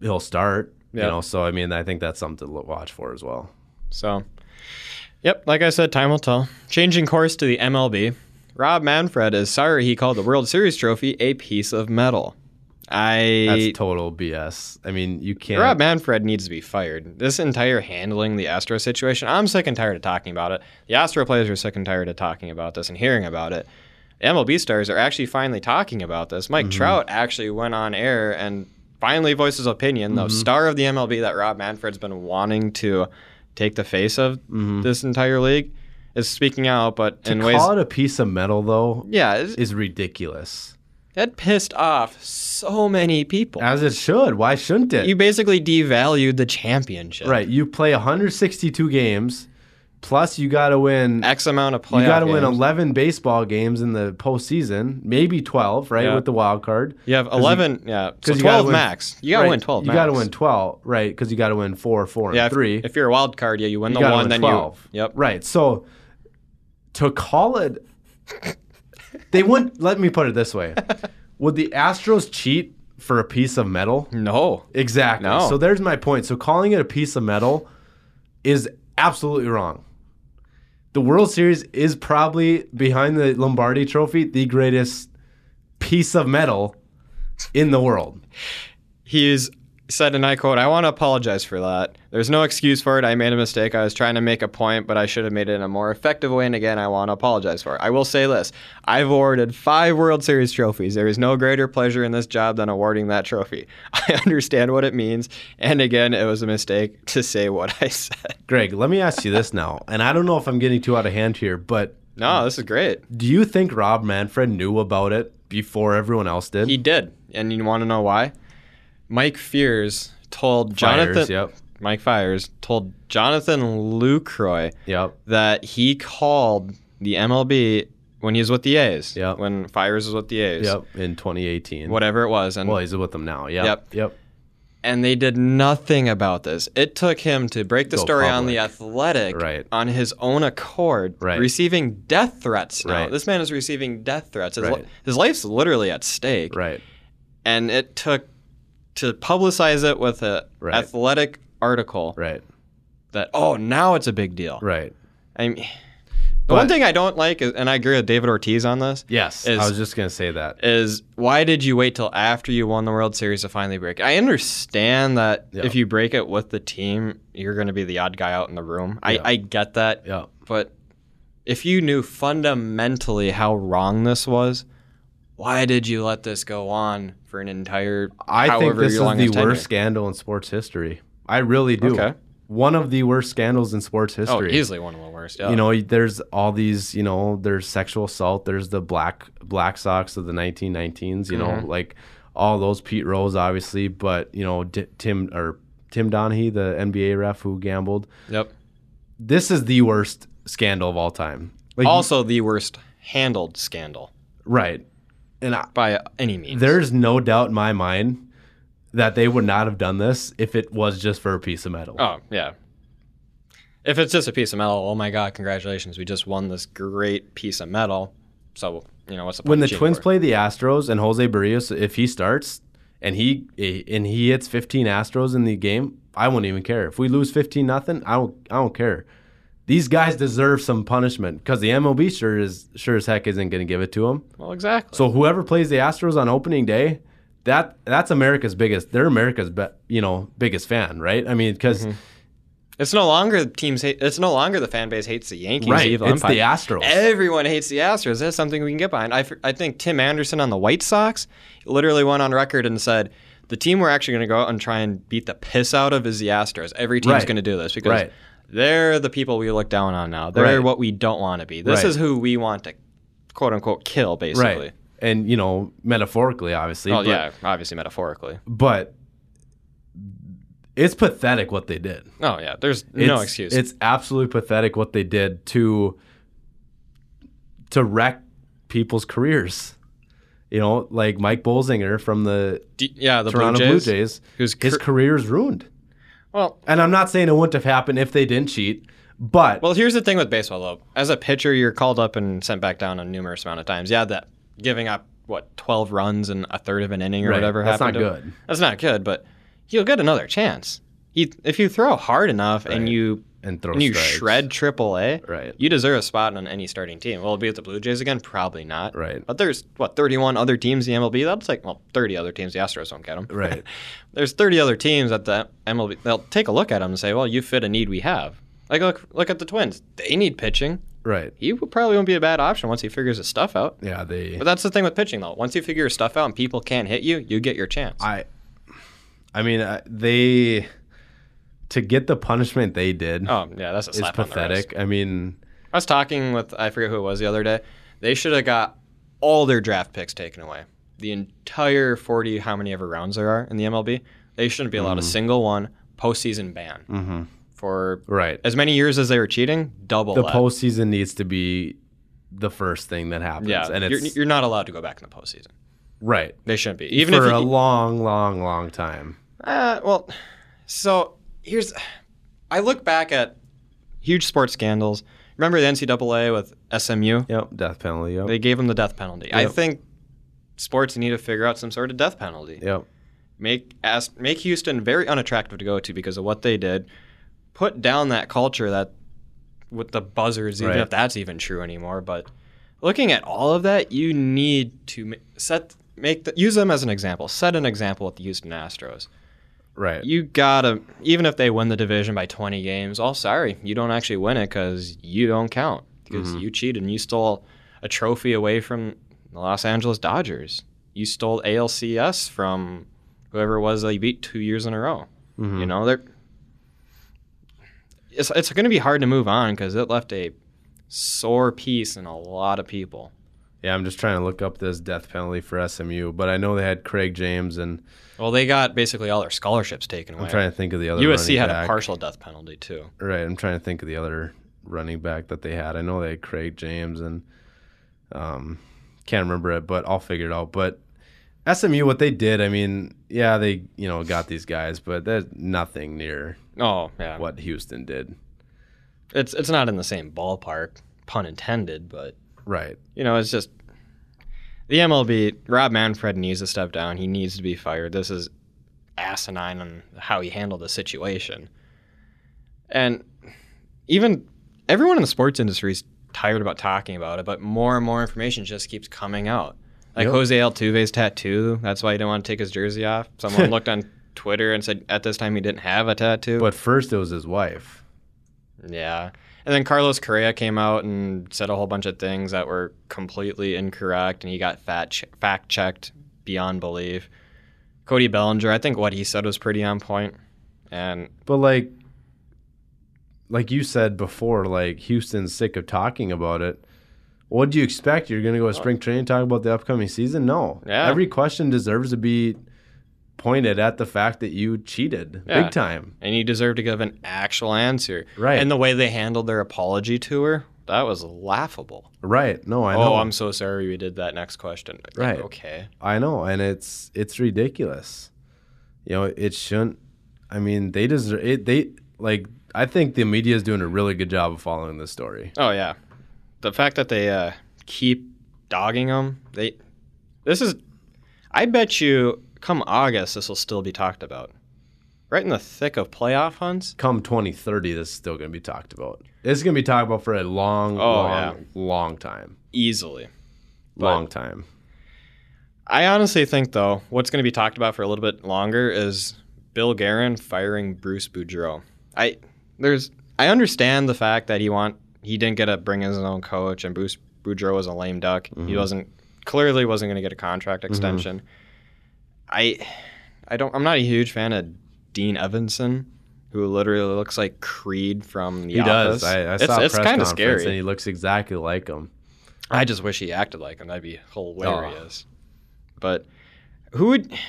Speaker 2: he'll start. You
Speaker 1: Yeah.
Speaker 2: know, so I mean, I think that's something to lo- watch for as well.
Speaker 1: So, yep, like I said, time will tell. Changing course to the MLB, Rob Manfred is sorry he called the World Series trophy a piece of metal.
Speaker 2: That's
Speaker 1: I
Speaker 2: total BS. I mean, you can't.
Speaker 1: Rob Manfred needs to be fired. This entire handling the Astro situation, I'm sick and tired of talking about it. The Astro players are sick and tired of talking about this and hearing about it. MLB stars are actually finally talking about this.
Speaker 2: Mm-hmm.
Speaker 1: Mike Trout actually went on air and finally voiced his opinion,
Speaker 2: Mm-hmm.
Speaker 1: the star of the MLB that Rob Manfred's been wanting to take the face of this entire league, is speaking out, but
Speaker 2: Mm-hmm. to
Speaker 1: in ways.
Speaker 2: call it a piece of metal though
Speaker 1: yeah, it,
Speaker 2: is ridiculous.
Speaker 1: it pissed off so many people.
Speaker 2: As it should. Why shouldn't it?
Speaker 1: You basically devalued the championship.
Speaker 2: Right. You play 162 games, plus you got to win.
Speaker 1: X amount of playoff
Speaker 2: You got to win
Speaker 1: games.
Speaker 2: 11 baseball games in the postseason, maybe 12, right,
Speaker 1: Yeah.
Speaker 2: with the wild card.
Speaker 1: You have 11, yeah. So
Speaker 2: 'cause you gotta
Speaker 1: 12
Speaker 2: win-
Speaker 1: max. You got to
Speaker 2: Right,
Speaker 1: win 12
Speaker 2: You
Speaker 1: max.
Speaker 2: got to win 12, right? Because you got to win four, four,
Speaker 1: yeah, if,
Speaker 2: and three.
Speaker 1: If you're a wild card, yeah, you win
Speaker 2: you
Speaker 1: the
Speaker 2: gotta
Speaker 1: one,
Speaker 2: win
Speaker 1: then
Speaker 2: 12.
Speaker 1: you. Yep.
Speaker 2: Right. So to call it, they wouldn't. Let me put it this
Speaker 1: <laughs>
Speaker 2: way: Would the Astros cheat for a piece of metal?
Speaker 1: No.
Speaker 2: Exactly.
Speaker 1: No.
Speaker 2: So there's my point. So calling it a piece of metal is absolutely wrong. The World Series is probably behind the Lombardi Trophy the greatest piece of metal in the world.
Speaker 1: He's said, and I quote, I want to apologize for that. There's no excuse for it. I made a mistake. I was trying to make a point, but I should have made it in a more effective way. And again, I want to apologize for it. I will say this I've awarded five World Series trophies. There is no greater pleasure in this job than awarding that trophy. <laughs> I understand what it means. And again, it was a mistake to say what I said.
Speaker 2: Greg, let me ask you this now, and I don't know if I'm getting too out of hand here, but
Speaker 1: No, this is great.
Speaker 2: do you think Rob Manfred knew about it before everyone else did?
Speaker 1: He did. And you want to know why? Mike Fears told
Speaker 2: Fires,
Speaker 1: Jonathan
Speaker 2: Yep.
Speaker 1: Mike Fires told Jonathan Lucroy
Speaker 2: Yep.
Speaker 1: that he called the MLB when he was with the A's.
Speaker 2: Yeah.
Speaker 1: When Fires was with the A's.
Speaker 2: Yep. In 2018.
Speaker 1: Whatever it was. And
Speaker 2: Well, he's with them now. Yep.
Speaker 1: Yep.
Speaker 2: Yep.
Speaker 1: and they did nothing about this. It took him to break the
Speaker 2: Go
Speaker 1: story on
Speaker 2: public.
Speaker 1: the athletic
Speaker 2: Right.
Speaker 1: on his own accord,
Speaker 2: Right.
Speaker 1: receiving death threats now.
Speaker 2: Right.
Speaker 1: This man is receiving death threats. His,
Speaker 2: Right.
Speaker 1: li- his life's literally at stake.
Speaker 2: Right.
Speaker 1: and it took to publicize it with a
Speaker 2: Right.
Speaker 1: athletic article
Speaker 2: Right.
Speaker 1: that oh now it's a big deal.
Speaker 2: Right.
Speaker 1: I mean, the
Speaker 2: But-
Speaker 1: one thing I don't like is, and I agree with David Ortiz on this,
Speaker 2: Yes.
Speaker 1: Is-
Speaker 2: I was just going to say that.
Speaker 1: is why did you wait till after you won the World Series to finally break it? I understand that
Speaker 2: Yeah.
Speaker 1: if you break it with the team, you're going to be the odd guy out in the room. I,
Speaker 2: Yeah.
Speaker 1: I get that,
Speaker 2: Yeah.
Speaker 1: but if you knew fundamentally how wrong this was. Why did you let this go on for an entire?
Speaker 2: I think
Speaker 1: however
Speaker 2: this is
Speaker 1: long
Speaker 2: the
Speaker 1: his tenure?
Speaker 2: worst scandal in sports history. I really do.
Speaker 1: Okay.
Speaker 2: One of the worst scandals in sports
Speaker 1: Oh,
Speaker 2: history.
Speaker 1: easily one of the worst. Yeah.
Speaker 2: You know, there's all these, you know, there's sexual assault, there's the black black socks of the
Speaker 1: Mm-hmm.
Speaker 2: 1919s, you know, like all those Pete Rose obviously, but you know, D- Tim or Tim Donaghy, the NBA ref who gambled.
Speaker 1: Yep.
Speaker 2: This is the worst scandal of all time. Like,
Speaker 1: Also, the worst handled scandal
Speaker 2: right. And I,
Speaker 1: by any means.
Speaker 2: there's no doubt in my mind that they would not have done this if it was just for a piece of metal.
Speaker 1: Oh, yeah. If it's just a piece of metal, oh my God, congratulations. We just won this great piece of metal. So, you know, what's the point?
Speaker 2: when
Speaker 1: of
Speaker 2: the
Speaker 1: cheating
Speaker 2: Twins
Speaker 1: for?
Speaker 2: play the Astros and Jose Barrios, if he starts and he and he hits 15 Astros in the game, I won't even care. If we lose 15 nothing, I don't I don't care. These guys deserve some punishment because the MLB sure is sure as heck isn't going to give it to them.
Speaker 1: Well, exactly.
Speaker 2: So whoever plays the Astros on opening day, that that's America's biggest. They're America's be, you know biggest fan, right? I mean, because
Speaker 1: Mm-hmm. It's no longer teams hate. It's no longer the fan base hates the Yankees.
Speaker 2: right, it's
Speaker 1: evil
Speaker 2: the
Speaker 1: empire.
Speaker 2: Astros.
Speaker 1: Everyone hates the Astros. That's something we can get behind. I, f- I think Tim Anderson on the White Sox literally went on record and said the team we're actually going to go out and try and beat the piss out of is the Astros. Every team's
Speaker 2: Right.
Speaker 1: going to do this because
Speaker 2: Right.
Speaker 1: they're the people we look down on now. They're
Speaker 2: Right.
Speaker 1: what we don't want to be. This
Speaker 2: Right.
Speaker 1: is who we want to quote unquote kill, basically.
Speaker 2: right, and you know metaphorically, obviously.
Speaker 1: Well,
Speaker 2: but-
Speaker 1: yeah, obviously metaphorically.
Speaker 2: but it's pathetic what they did.
Speaker 1: Oh yeah, there's
Speaker 2: It's,
Speaker 1: no excuse.
Speaker 2: It's absolutely pathetic what they did to to wreck people's careers. You know, like Mike Bolzinger from the
Speaker 1: D- yeah, the
Speaker 2: Toronto
Speaker 1: Blue Jays.
Speaker 2: Blue Jays
Speaker 1: Who's
Speaker 2: his
Speaker 1: cur-
Speaker 2: career is ruined.
Speaker 1: well,
Speaker 2: And I'm not saying it wouldn't have happened if they didn't cheat, but
Speaker 1: Well, here's the thing with baseball, though. As a pitcher, you're called up and sent back down a numerous amount of times. Yeah, that giving up what 12 runs in a third of an inning or
Speaker 2: Right,
Speaker 1: whatever.
Speaker 2: that's
Speaker 1: happened
Speaker 2: not
Speaker 1: to him.
Speaker 2: good.
Speaker 1: That's not good, but you'll get another chance. You, if you throw hard enough and
Speaker 2: Right.
Speaker 1: you
Speaker 2: and throw
Speaker 1: and you
Speaker 2: strikes.
Speaker 1: shred Triple A,
Speaker 2: Right.
Speaker 1: you deserve a spot on any starting team. Will it be with the Blue Jays again? Probably not. <laughs>
Speaker 2: Right.
Speaker 1: But there's what 31 other teams in the MLB. That's like well 30 other teams. The Astros don't get them.
Speaker 2: Right.
Speaker 1: there's 30 other teams at the MLB. They'll take a look at them and say, "Well, you fit a need we have." Like look, look at the Twins. They need pitching.
Speaker 2: Right.
Speaker 1: He would- probably won't be a bad option once he figures his stuff out.
Speaker 2: Yeah, they
Speaker 1: <laughs> But that's the thing with pitching, though. Once you figure your stuff out and people can't hit you, you get your chance.
Speaker 2: I I mean, I, they to get the punishment they did
Speaker 1: oh yeah, that's a
Speaker 2: is
Speaker 1: slap on the wrist.
Speaker 2: pathetic. I mean,
Speaker 1: I was talking with I forget who it was the other day. They should have got all their draft picks taken away. The entire forty, how many ever rounds there are in the MLB, they shouldn't be allowed
Speaker 2: Mm-hmm.
Speaker 1: a single one postseason ban for
Speaker 2: right.
Speaker 1: as many years as they were cheating. Double
Speaker 2: the
Speaker 1: that.
Speaker 2: postseason needs to be the first thing that happens.
Speaker 1: Yeah,
Speaker 2: and
Speaker 1: you're,
Speaker 2: it's
Speaker 1: you're not allowed to go back in the postseason.
Speaker 2: right
Speaker 1: They shouldn't be. Even
Speaker 2: for
Speaker 1: if you,
Speaker 2: a long, long, long time.
Speaker 1: Uh, well, so here's I look back at huge sports scandals. Remember the NCAA with SMU?
Speaker 2: Yep, death penalty. Yep,
Speaker 1: They gave them the death penalty. I
Speaker 2: Yep.
Speaker 1: think sports need to figure out some sort of death penalty.
Speaker 2: yep,
Speaker 1: Make ask, make Houston very unattractive to go to because of what they did. Put down that culture that with the buzzers, even
Speaker 2: Right.
Speaker 1: if that's even true anymore. But looking at all of that, you need to ma- set make the, use them as an example. Set an example with the Houston Astros
Speaker 2: right.
Speaker 1: you gotta even if they win the division by 20 games oh sorry you don't actually win it because you don't count because
Speaker 2: Mm-hmm.
Speaker 1: you cheated and you stole a trophy away from the los angeles dodgers you stole alcs from whoever it was they beat two years in a row
Speaker 2: Mm-hmm.
Speaker 1: you know they're it's, it's going to be hard to move on because it left a sore piece in a lot of people
Speaker 2: yeah, I'm just trying to look up this death penalty for SMU, but I know they had Craig James, and
Speaker 1: well they got basically all their scholarships taken
Speaker 2: I'm
Speaker 1: away
Speaker 2: trying to think of the other
Speaker 1: usc
Speaker 2: running
Speaker 1: had a
Speaker 2: back.
Speaker 1: partial death penalty too
Speaker 2: Right, I'm trying to think of the other running back that they had. I know they had Craig James, and um, can't remember it, but I'll figure it out. But SMU, what they did, I mean, yeah, they you know got these guys, but there's nothing near
Speaker 1: oh yeah
Speaker 2: what Houston did.
Speaker 1: it's it's not in the same ballpark, pun intended, but
Speaker 2: Right.
Speaker 1: you know, it's just the MLB. Rob Manfred needs to step down. He needs to be fired. This is asinine on how he handled the situation, and even everyone in the sports industry is tired about talking about it. But more and more information just keeps coming out. Like
Speaker 2: Yep.
Speaker 1: Jose Altuve's tattoo. That's why he didn't want to take his jersey off. Someone looked on Twitter and said at this time he didn't have a tattoo.
Speaker 2: But first it was his wife.
Speaker 1: Yeah. And then Carlos Correa came out and said a whole bunch of things that were completely incorrect, and he got fat che- fact checked beyond belief. Cody Bellinger, I think what he said was pretty on point, and
Speaker 2: But like like you said before, like Houston's sick of talking about it. What do you expect? You're gonna go to spring training talk about the upcoming season? No.
Speaker 1: Yeah.
Speaker 2: Every question deserves to be pointed at the fact that you cheated
Speaker 1: Yeah.
Speaker 2: big time.
Speaker 1: and you deserve to give an actual answer.
Speaker 2: Right.
Speaker 1: And the way they handled their apology to her, that was laughable.
Speaker 2: Right. No, I
Speaker 1: Oh,
Speaker 2: know.
Speaker 1: I'm so sorry we did that. Next question. Like,
Speaker 2: Right.
Speaker 1: okay.
Speaker 2: I know, and it's it's ridiculous. You know, it shouldn't. I mean, they deserve it. They like. I think the media is doing a really good job of following this story.
Speaker 1: Oh yeah, the fact that they uh, keep dogging them. They, this is, I bet you, come August, this will still be talked about. Right in the thick of playoff hunts.
Speaker 2: Come 2030, this is still going to be talked about. It's going to be talked about for a long,
Speaker 1: Oh,
Speaker 2: long,
Speaker 1: yeah.
Speaker 2: long time.
Speaker 1: Easily. But-
Speaker 2: long time.
Speaker 1: I honestly think though, what's going to be talked about for a little bit longer is Bill Guerin firing Bruce Boudreau. I there's I understand the fact that he want he didn't get to bring in his own coach, and Bruce Boudreau was a lame duck.
Speaker 2: Mm-hmm.
Speaker 1: He wasn't clearly wasn't going to get a contract extension. I I don't I'm not a huge fan of Dean Evanson, who literally looks like Creed from the
Speaker 2: He
Speaker 1: Office.
Speaker 2: does. I, I
Speaker 1: it's
Speaker 2: saw a
Speaker 1: it's
Speaker 2: press
Speaker 1: kind of
Speaker 2: conference
Speaker 1: scary.
Speaker 2: and he looks exactly like him.
Speaker 1: I just wish he acted like him. That'd be hilarious. But who would who do you-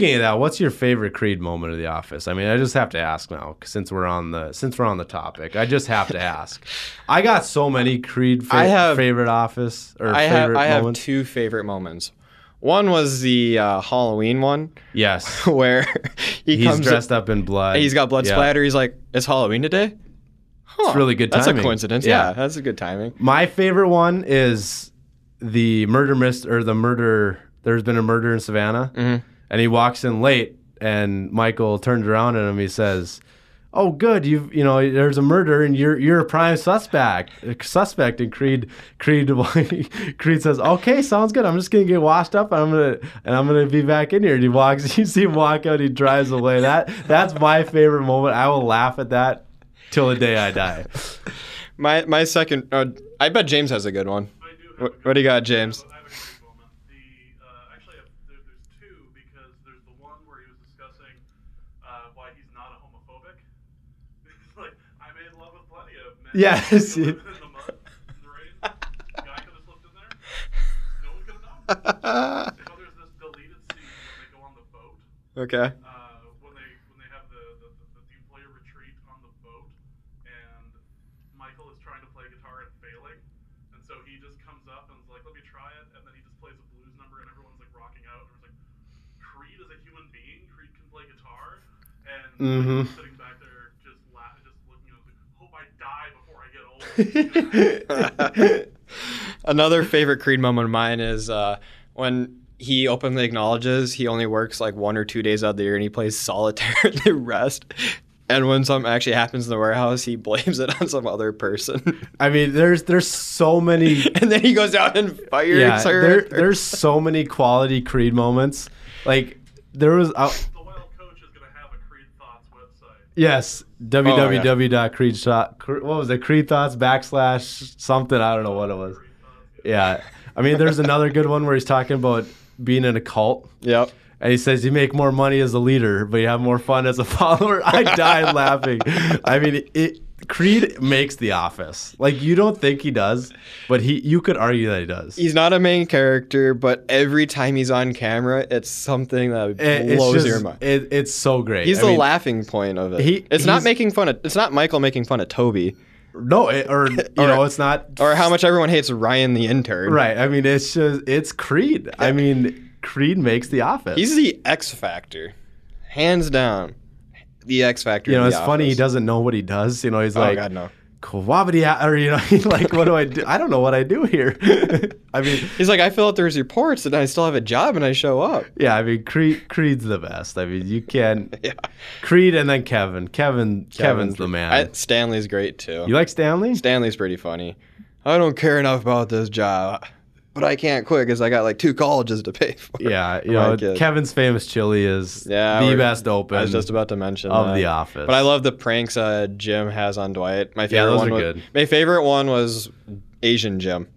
Speaker 2: Speaking of that, what's your favorite Creed moment of The Office? I mean, I just have to ask now 'cause since we're on the since we're on the topic. I just have to
Speaker 1: <laughs>
Speaker 2: ask. I got so many Creed fa-
Speaker 1: I have-
Speaker 2: favorite Office or
Speaker 1: I have
Speaker 2: favorite
Speaker 1: I have
Speaker 2: moments.
Speaker 1: two favorite moments. One was the uh, Halloween one <laughs>
Speaker 2: yes,
Speaker 1: where he
Speaker 2: he's
Speaker 1: comes.
Speaker 2: dressed up in blood.
Speaker 1: he's got blood
Speaker 2: Yeah.
Speaker 1: splatter. He's like, "It's Halloween today." Huh,
Speaker 2: It's really good
Speaker 1: That's a
Speaker 2: timing.
Speaker 1: coincidence. Yeah.
Speaker 2: Yeah.
Speaker 1: that's a good timing.
Speaker 2: My favorite one is the murder mist or the murder. There's been a murder in Savannah, and he walks in late, and Michael turns around at him. He says, "Oh, good, you've you know there's a murder, and you're you're a prime suspect." Suspect, and Creed Creed <laughs> Creed says, "Okay, sounds good. I'm just gonna get washed up, and I'm gonna and I'm gonna be back in here." And he walks. <laughs> You see him walk out. He drives away. That that's my favorite moment. I will laugh at that till the day I die.
Speaker 1: My my second. Uh, I bet James has a good one.
Speaker 3: I do have
Speaker 1: What,
Speaker 3: a good-
Speaker 1: what do you got,
Speaker 3: I have
Speaker 1: James?
Speaker 3: a- I have a great moment. The, uh, actually, I- there, there's two because there's the one where he was discussing uh, why he's not a homophobic. <laughs> He's like, I made love with plenty of men.
Speaker 2: Yes.
Speaker 3: You know, <laughs> in the mud, in the rain. Guy could have slipped in there. No one could have known.
Speaker 1: <laughs>
Speaker 3: So there's this deleted scene when they go on the boat.
Speaker 1: okay.
Speaker 3: Uh, when they when they have the the, the, the team player retreat on the boat, and Michael is trying to play guitar and failing, and so he just comes up and is like, "Let me try it," and then he just plays a blues number, and everyone's like rocking out. And it's like, Creed is a human being. Creed can play guitar, and
Speaker 2: Mhm.
Speaker 3: like, sitting back there just laughing, just looking at him, like, hope I die before I get old.
Speaker 1: <laughs> Another favorite Creed moment of mine is uh, when he openly acknowledges he only works like one or two days out of the year and he plays solitaire <laughs> the rest. And when something actually happens in the warehouse, he blames it on some other person. <laughs>
Speaker 2: I mean, there's there's so many
Speaker 1: and then he goes out and fires
Speaker 2: yeah,
Speaker 1: her.
Speaker 2: there, there's so many quality Creed moments. Like there was uh,
Speaker 3: the wild coach is gonna have a Creed thoughts website.
Speaker 2: yes, www.creed what was it? Creed thoughts backslash something. I don't know what it was.
Speaker 3: Creed thoughts. yeah.
Speaker 2: Yeah, I mean, there's another good one where he's talking about being in a cult.
Speaker 1: Yep.
Speaker 2: And he says you make more money as a leader, but you have more fun as a <laughs> follower. I died laughing. I mean, it Creed makes The Office. Like you don't think he does, but he you could argue that he does.
Speaker 1: He's not a main character, but every time he's on camera, it's something that
Speaker 2: It-
Speaker 1: blows
Speaker 2: it's just,
Speaker 1: your mind.
Speaker 2: It, it's so great.
Speaker 1: He's
Speaker 2: I
Speaker 1: the
Speaker 2: mean,
Speaker 1: laughing point of it.
Speaker 2: he-
Speaker 1: it's not
Speaker 2: he's-
Speaker 1: making fun of. It's not Michael making fun of Toby.
Speaker 2: No, it, or
Speaker 1: <laughs>
Speaker 2: you
Speaker 1: Or-
Speaker 2: know, it's not
Speaker 1: or how much everyone hates Ryan the intern.
Speaker 2: right. I mean, it's just it's Creed. I mean, Creed makes The Office.
Speaker 1: He's the X Factor, hands down. The X Factor.
Speaker 2: you
Speaker 1: of
Speaker 2: know,
Speaker 1: The
Speaker 2: it's funny he
Speaker 1: Office.
Speaker 2: doesn't know what he does. You know, he's
Speaker 1: Oh
Speaker 2: like,
Speaker 1: God, no.
Speaker 2: "Kwabbity," or you know, <laughs> he's like, what do I do? I don't know what I do here. <laughs> I mean,
Speaker 1: He's like, I fill out those reports and I still have a job and I show up. <laughs>
Speaker 2: yeah, I mean, Creed Creed's the best. I mean, you can
Speaker 1: Yeah.
Speaker 2: Creed and then Kevin. Kevin Kevin's the man.
Speaker 1: I, Stanley's great too.
Speaker 2: you like Stanley?
Speaker 1: Stanley's pretty funny. I don't care enough about this job, but I can't quit because I got like two colleges to pay for.
Speaker 2: yeah, you
Speaker 1: I
Speaker 2: know,
Speaker 1: like it.
Speaker 2: Kevin's famous chili is
Speaker 1: Yeah,
Speaker 2: the
Speaker 1: we're-
Speaker 2: best
Speaker 1: <laughs>
Speaker 2: open.
Speaker 1: I was just about to mention
Speaker 2: of
Speaker 1: that.
Speaker 2: The Office.
Speaker 1: But I love the pranks uh, Jim has on Dwight. My favorite
Speaker 2: those
Speaker 1: one
Speaker 2: are
Speaker 1: was,
Speaker 2: good.
Speaker 1: My favorite one was Asian Jim.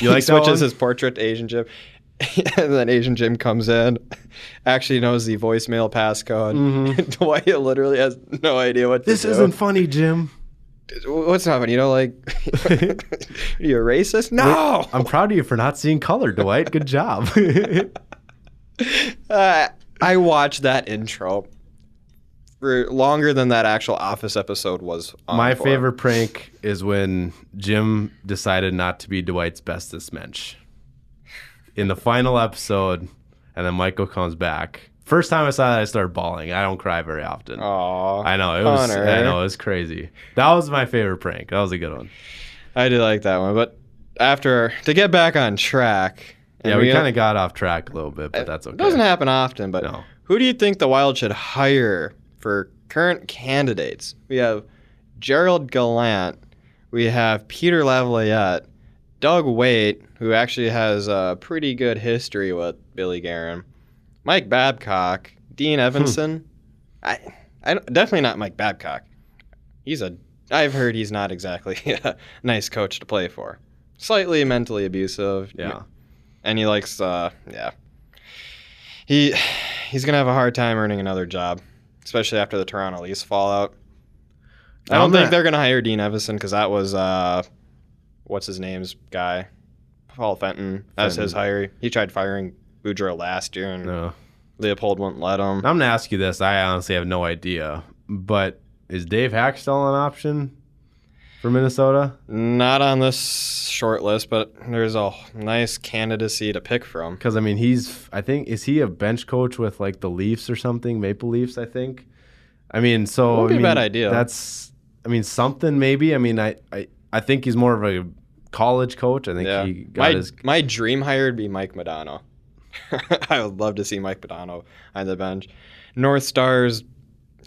Speaker 2: You
Speaker 1: <laughs> he
Speaker 2: like that
Speaker 1: switches
Speaker 2: one?
Speaker 1: his portrait to Asian Jim. <laughs> and then Asian Jim comes in, <laughs> actually knows the voicemail passcode. <laughs> Dwight literally has no idea what to
Speaker 2: Mm-hmm. This
Speaker 1: do.
Speaker 2: isn't funny, Jim.
Speaker 1: what's not funny, you know, like <laughs> are you a racist? No.
Speaker 2: <laughs> I'm proud of you for not seeing color, Dwight. Good job.
Speaker 1: <laughs> Uh, I watched that intro for longer than that actual Office episode was. On
Speaker 2: My
Speaker 1: for.
Speaker 2: favorite prank is when Jim decided not to be Dwight's bestest mensch in the final episode, and then Michael comes back. First time I saw that, I started bawling. I don't cry very often.
Speaker 1: Aw,
Speaker 2: I know it was.
Speaker 1: Connor.
Speaker 2: I know it was crazy. That was my favorite prank. That was a good one.
Speaker 1: I did like that one, but after to get back on track.
Speaker 2: Yeah,
Speaker 1: and
Speaker 2: we kind of got off track a little bit, but that's okay.
Speaker 1: It doesn't happen often, but
Speaker 2: No.
Speaker 1: who do you think the Wild should hire for current candidates? We have Gerald Gallant, we have Peter Laviolette, Doug Waite, who actually has a pretty good history with Billy Garen, Mike Babcock, Dean Evanson. I, I don't- definitely not Mike Babcock. He's a. I've heard he's not exactly <laughs> a nice coach to play for. Slightly mentally abusive
Speaker 2: Yeah.
Speaker 1: and he likes uh yeah he he's gonna have a hard time earning another job especially after the toronto lease fallout i don't
Speaker 2: I'm
Speaker 1: think
Speaker 2: not-
Speaker 1: they're gonna hire dean evison because that was uh what's his name's guy paul fenton as his hire he tried firing Boudreaux last year and
Speaker 2: No.
Speaker 1: leopold wouldn't let him
Speaker 2: I'm gonna ask you this. I honestly have no idea, but is Dave Hack still an option for Minnesota?
Speaker 1: not on this short list but there's a nice candidacy to pick from
Speaker 2: Because I mean, he's I think is he a bench coach with like the Leafs or something, Maple Leafs, I think. I mean, so
Speaker 1: Wouldn't
Speaker 2: Oh, I
Speaker 1: be a bad
Speaker 2: mean,
Speaker 1: idea.
Speaker 2: That's I mean something maybe. I mean, I I, I think he's more of a college coach. I think
Speaker 1: yeah
Speaker 2: he got
Speaker 1: my,
Speaker 2: his
Speaker 1: my dream hire would be mike madonna <laughs> I would love to see Mike Padano on the bench. North Stars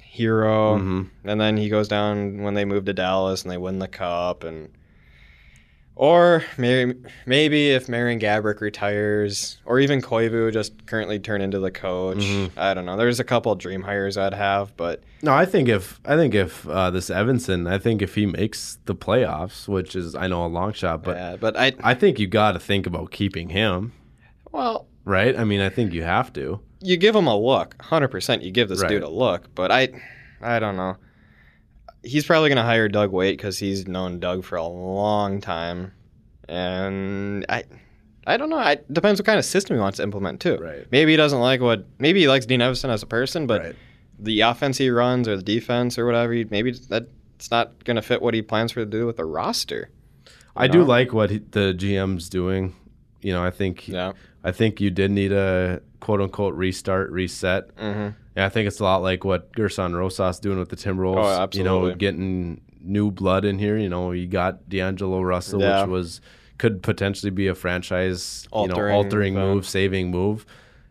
Speaker 1: hero.
Speaker 2: Mhm.
Speaker 1: And then he goes down when they move to Dallas and they win the cup and or maybe, maybe if Marion Gabrick retires, or even Koivu just currently turn into the coach.
Speaker 2: Mhm.
Speaker 1: I don't know. There's a couple dream hires I'd have, but
Speaker 2: No, I think if I think if uh, this Evanson, I think if he makes the playoffs, which is I know a long shot, but
Speaker 1: but, yeah, but I
Speaker 2: I think you got to think about keeping him,
Speaker 1: well,
Speaker 2: right? I mean, I think you have to.
Speaker 1: you give him a look. 100% you give this
Speaker 2: Right.
Speaker 1: dude a look, but I I don't know. He's probably going to hire Doug Waite cuz he's known Doug for a long time. And I I don't know. It depends what kind of system he wants to implement too.
Speaker 2: Right.
Speaker 1: Maybe he doesn't like what maybe he likes Dean Evison as a person, but
Speaker 2: Right.
Speaker 1: the offense he runs or the defense or whatever, he- maybe that it's not going to fit what he plans for to do with the roster.
Speaker 2: I do
Speaker 1: No.
Speaker 2: like what he, the GM's doing. You know, I think
Speaker 1: Yeah.
Speaker 2: I think you did need a quote unquote restart, reset.
Speaker 1: Mhm.
Speaker 2: And I think it's a lot like what Gerson Rosas doing with the Timberwolves.
Speaker 1: Oh,
Speaker 2: You
Speaker 1: absolutely.
Speaker 2: know, getting new blood in here. You know, you got D'Angelo Russell,
Speaker 1: Yeah.
Speaker 2: which was could potentially be a franchise you know
Speaker 1: Altering
Speaker 2: altering
Speaker 1: move.
Speaker 2: move, saving move.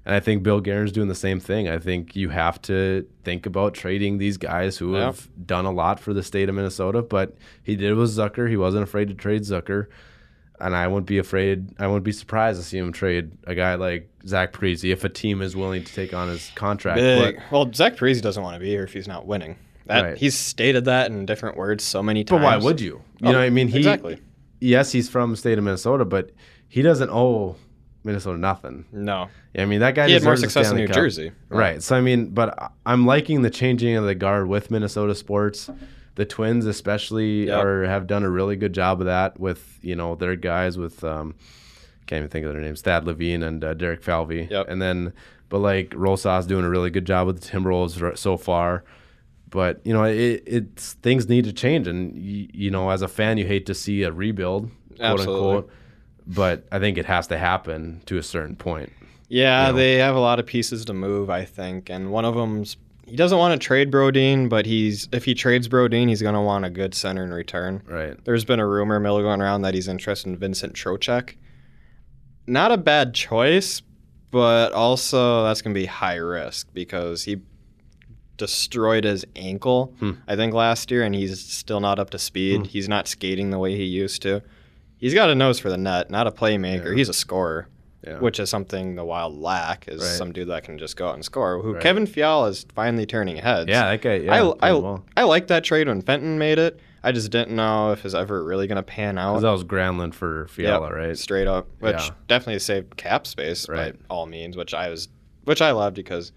Speaker 2: And I think Bill Guerin's doing the same thing. I think you have to think about trading these guys who
Speaker 1: Yeah.
Speaker 2: have done a lot for the state of Minnesota. But he did with Zucker. He wasn't afraid to trade Zucker. And I wouldn't be afraid. I wouldn't be surprised to see him trade a guy like Zach Parise if a team is willing to take on his contract.
Speaker 1: Big.
Speaker 2: But,
Speaker 1: Well, Zach Parise doesn't want to be here if he's not winning. That
Speaker 2: Right.
Speaker 1: he's stated that in different words so many
Speaker 2: but
Speaker 1: times. Oh,
Speaker 2: why would you? You know what I mean? He,
Speaker 1: exactly.
Speaker 2: Yes, he's from the state of Minnesota, but he doesn't owe Minnesota nothing.
Speaker 1: No,
Speaker 2: I mean, that guy
Speaker 1: he had more
Speaker 2: deserves a
Speaker 1: success in
Speaker 2: Stanley
Speaker 1: New
Speaker 2: Cup.
Speaker 1: Jersey.
Speaker 2: Right. So I mean, but I- I'm liking the changing of the guard with Minnesota sports. The Twins, especially,
Speaker 1: Yep.
Speaker 2: are have done a really good job of that with you know their guys with um, can't even think of their names, Thad Levine and uh, Derek Falvey.
Speaker 1: Yep.
Speaker 2: And then, but like Rosas doing a really good job with the Timberwolves r- so far. But you know, it, it's things need to change, and y- you know, as a fan, you hate to see a rebuild, quote
Speaker 1: Absolutely.
Speaker 2: unquote. But I think it has to happen to a certain point.
Speaker 1: Yeah,
Speaker 2: You know.
Speaker 1: they have a lot of pieces to move, I think, and one of them's he doesn't want to trade Brodeen, but he's if he trades Brodeen, he's going to want a good center in return.
Speaker 2: Right.
Speaker 1: There's been a rumor mill going around that he's interested in Vincent Trocek. Not a bad choice, but also that's going to be high risk because he destroyed his ankle,
Speaker 2: Hmm.
Speaker 1: I think, last year, and he's still not up to speed. He's not skating the way he used to. He's got a nose for the net, not a playmaker.
Speaker 2: Yeah.
Speaker 1: He's a scorer,
Speaker 2: Yeah.
Speaker 1: which is something the Wild lack is
Speaker 2: Right.
Speaker 1: some dude that can just go out and score. Who
Speaker 2: Right.
Speaker 1: Kevin Fiala is finally turning heads.
Speaker 2: Yeah, that guy. Yeah,
Speaker 1: I, I,
Speaker 2: played well.
Speaker 1: I like that trade when Fenton made it. I just didn't know if it's ever really going to pan
Speaker 2: 'Cause
Speaker 1: out.
Speaker 2: that was Granlund for Fiala,
Speaker 1: Yep,
Speaker 2: right?
Speaker 1: Straight up, which
Speaker 2: Yeah.
Speaker 1: definitely saved cap space
Speaker 2: Right.
Speaker 1: by all means, which I was, which I loved because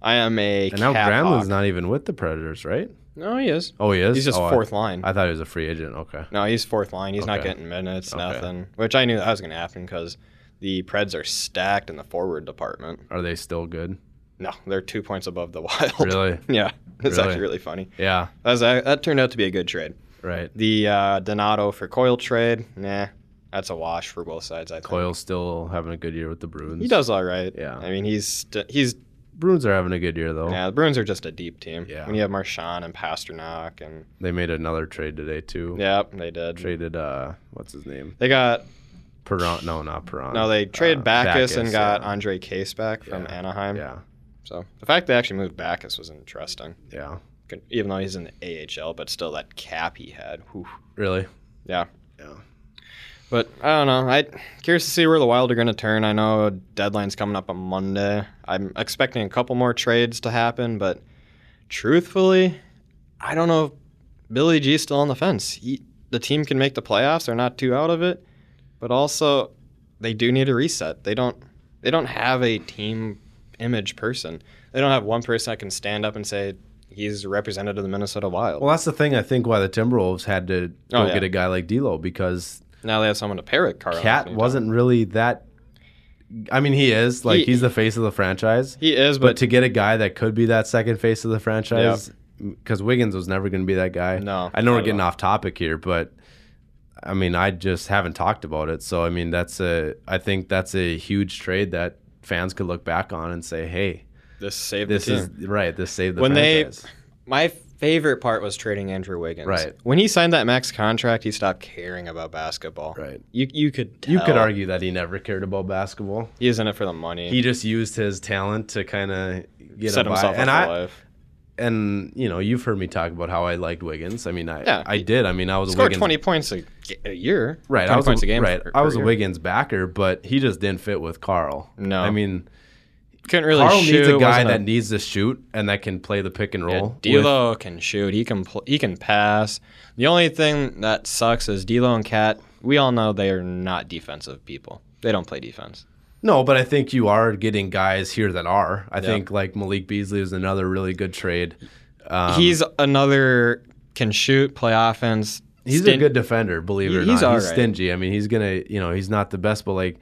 Speaker 1: I am a.
Speaker 2: And now
Speaker 1: cap
Speaker 2: Granlund's
Speaker 1: hawk.
Speaker 2: not even with the Predators, right?
Speaker 1: No, he is.
Speaker 2: Oh, he is.
Speaker 1: He's just
Speaker 2: Oh, I-
Speaker 1: fourth line.
Speaker 2: I, thought he was a free agent. Okay.
Speaker 1: no, he's fourth line. He's not
Speaker 2: Okay.
Speaker 1: getting minutes,
Speaker 2: Okay.
Speaker 1: nothing. Which I knew that was going to happen because the Preds are stacked in the forward department.
Speaker 2: Are they still good?
Speaker 1: No, they're two points above the <laughs> Wild.
Speaker 2: Really?
Speaker 1: yeah, it's
Speaker 2: Really?
Speaker 1: actually really funny.
Speaker 2: Yeah.
Speaker 1: That, was, a- that turned out to be a good trade.
Speaker 2: Right.
Speaker 1: The uh, Donato for Coil trade, nah, that's a wash for both sides. I think
Speaker 2: Coyle's still having a good year with the Bruins.
Speaker 1: he does all right.
Speaker 2: Yeah.
Speaker 1: I mean he's st- he's
Speaker 2: Bruins are having a good year though.
Speaker 1: yeah. The Bruins are just a deep team.
Speaker 2: Yeah.
Speaker 1: when you have Marchand and Pasternak and
Speaker 2: They made another trade today too.
Speaker 1: yeah, they did.
Speaker 2: Traded uh what's his name?
Speaker 1: They got
Speaker 2: Perron no, not Perron.
Speaker 1: no, they traded
Speaker 2: Uh,
Speaker 1: Backus, and got
Speaker 2: yeah.
Speaker 1: Andre Case back from
Speaker 2: Yeah.
Speaker 1: Anaheim.
Speaker 2: Yeah.
Speaker 1: So the fact they actually moved Backus was interesting.
Speaker 2: Yeah.
Speaker 1: Good- Even though he's in the AHL, but still that cap he had. whew.
Speaker 2: Really?
Speaker 1: Yeah.
Speaker 2: Yeah.
Speaker 1: But I don't know. I curious to see where the Wild are going to turn. I know deadline's coming up on Monday. I'm expecting a couple more trades to happen, but truthfully, I don't know if Billy G's still on the fence. He, the team can make the playoffs; they're not too out of it. But also, they do need a reset. They don't. They don't have a team image person. They don't have one person that can stand up and say he's a representative of the Minnesota Wild.
Speaker 2: Well that's the thing I think why the Timberwolves had to go
Speaker 1: Oh, yeah.
Speaker 2: get a guy like D'Lo because
Speaker 1: now they have someone to pair it. Carl
Speaker 2: Cat
Speaker 1: Anthony
Speaker 2: wasn't really that I mean he is, like
Speaker 1: He-
Speaker 2: he's the face of the franchise.
Speaker 1: Towns. He is,
Speaker 2: But
Speaker 1: but,
Speaker 2: to get a guy that could be that second face of the franchise, because Wiggins was never going to be that guy.
Speaker 1: No,
Speaker 2: I
Speaker 1: not
Speaker 2: know we're
Speaker 1: at
Speaker 2: getting
Speaker 1: all.
Speaker 2: off topic here, but I mean, I just haven't talked about it. So I mean, that's a, I think that's a huge trade that fans could look back on and say, hey,
Speaker 1: this saved
Speaker 2: this
Speaker 1: the team.
Speaker 2: is right. This saved the
Speaker 1: When they-
Speaker 2: franchise.
Speaker 1: My favorite part was trading Andrew Wiggins.
Speaker 2: Right.
Speaker 1: When he signed that max contract, he stopped caring about basketball.
Speaker 2: right.
Speaker 1: You you could tell
Speaker 2: You could argue that he never cared about basketball.
Speaker 1: he was in it for the money.
Speaker 2: He just used his talent to kind of get
Speaker 1: set
Speaker 2: a
Speaker 1: himself up
Speaker 2: buy. And
Speaker 1: for
Speaker 2: I,
Speaker 1: life.
Speaker 2: and you know, you've heard me talk about how I liked Wiggins. I mean, I,
Speaker 1: Yeah.
Speaker 2: I did. I mean, I was a
Speaker 1: Scored
Speaker 2: Wiggins
Speaker 1: twenty points a, g- a year.
Speaker 2: Right,
Speaker 1: Twenty
Speaker 2: I was
Speaker 1: points
Speaker 2: a,
Speaker 1: a game.
Speaker 2: right.
Speaker 1: per-
Speaker 2: I was
Speaker 1: per
Speaker 2: a
Speaker 1: year.
Speaker 2: Wiggins backer, but he just didn't fit with Carl.
Speaker 1: No.
Speaker 2: I mean
Speaker 1: Couldn't really
Speaker 2: Carl
Speaker 1: shoot.
Speaker 2: needs a guy
Speaker 1: wasn't
Speaker 2: that needs to shoot and that can play the pick and
Speaker 1: Yeah,
Speaker 2: roll. with-
Speaker 1: D'Lo can shoot. He can pl- he can pass. The only thing that sucks is D'Lo and Cat. We all know they are not defensive people. They don't play defense.
Speaker 2: no, but I think you are getting guys here that are. I think like Malik Beasley is another really good trade. Um,
Speaker 1: He's another can shoot, play offense.
Speaker 2: he's a
Speaker 1: stint-
Speaker 2: good defender, believe it or
Speaker 1: He- he's
Speaker 2: not.
Speaker 1: all
Speaker 2: He's
Speaker 1: right. Mm-hmm.
Speaker 2: stingy. I mean, he's gonna you know he's not the best, but like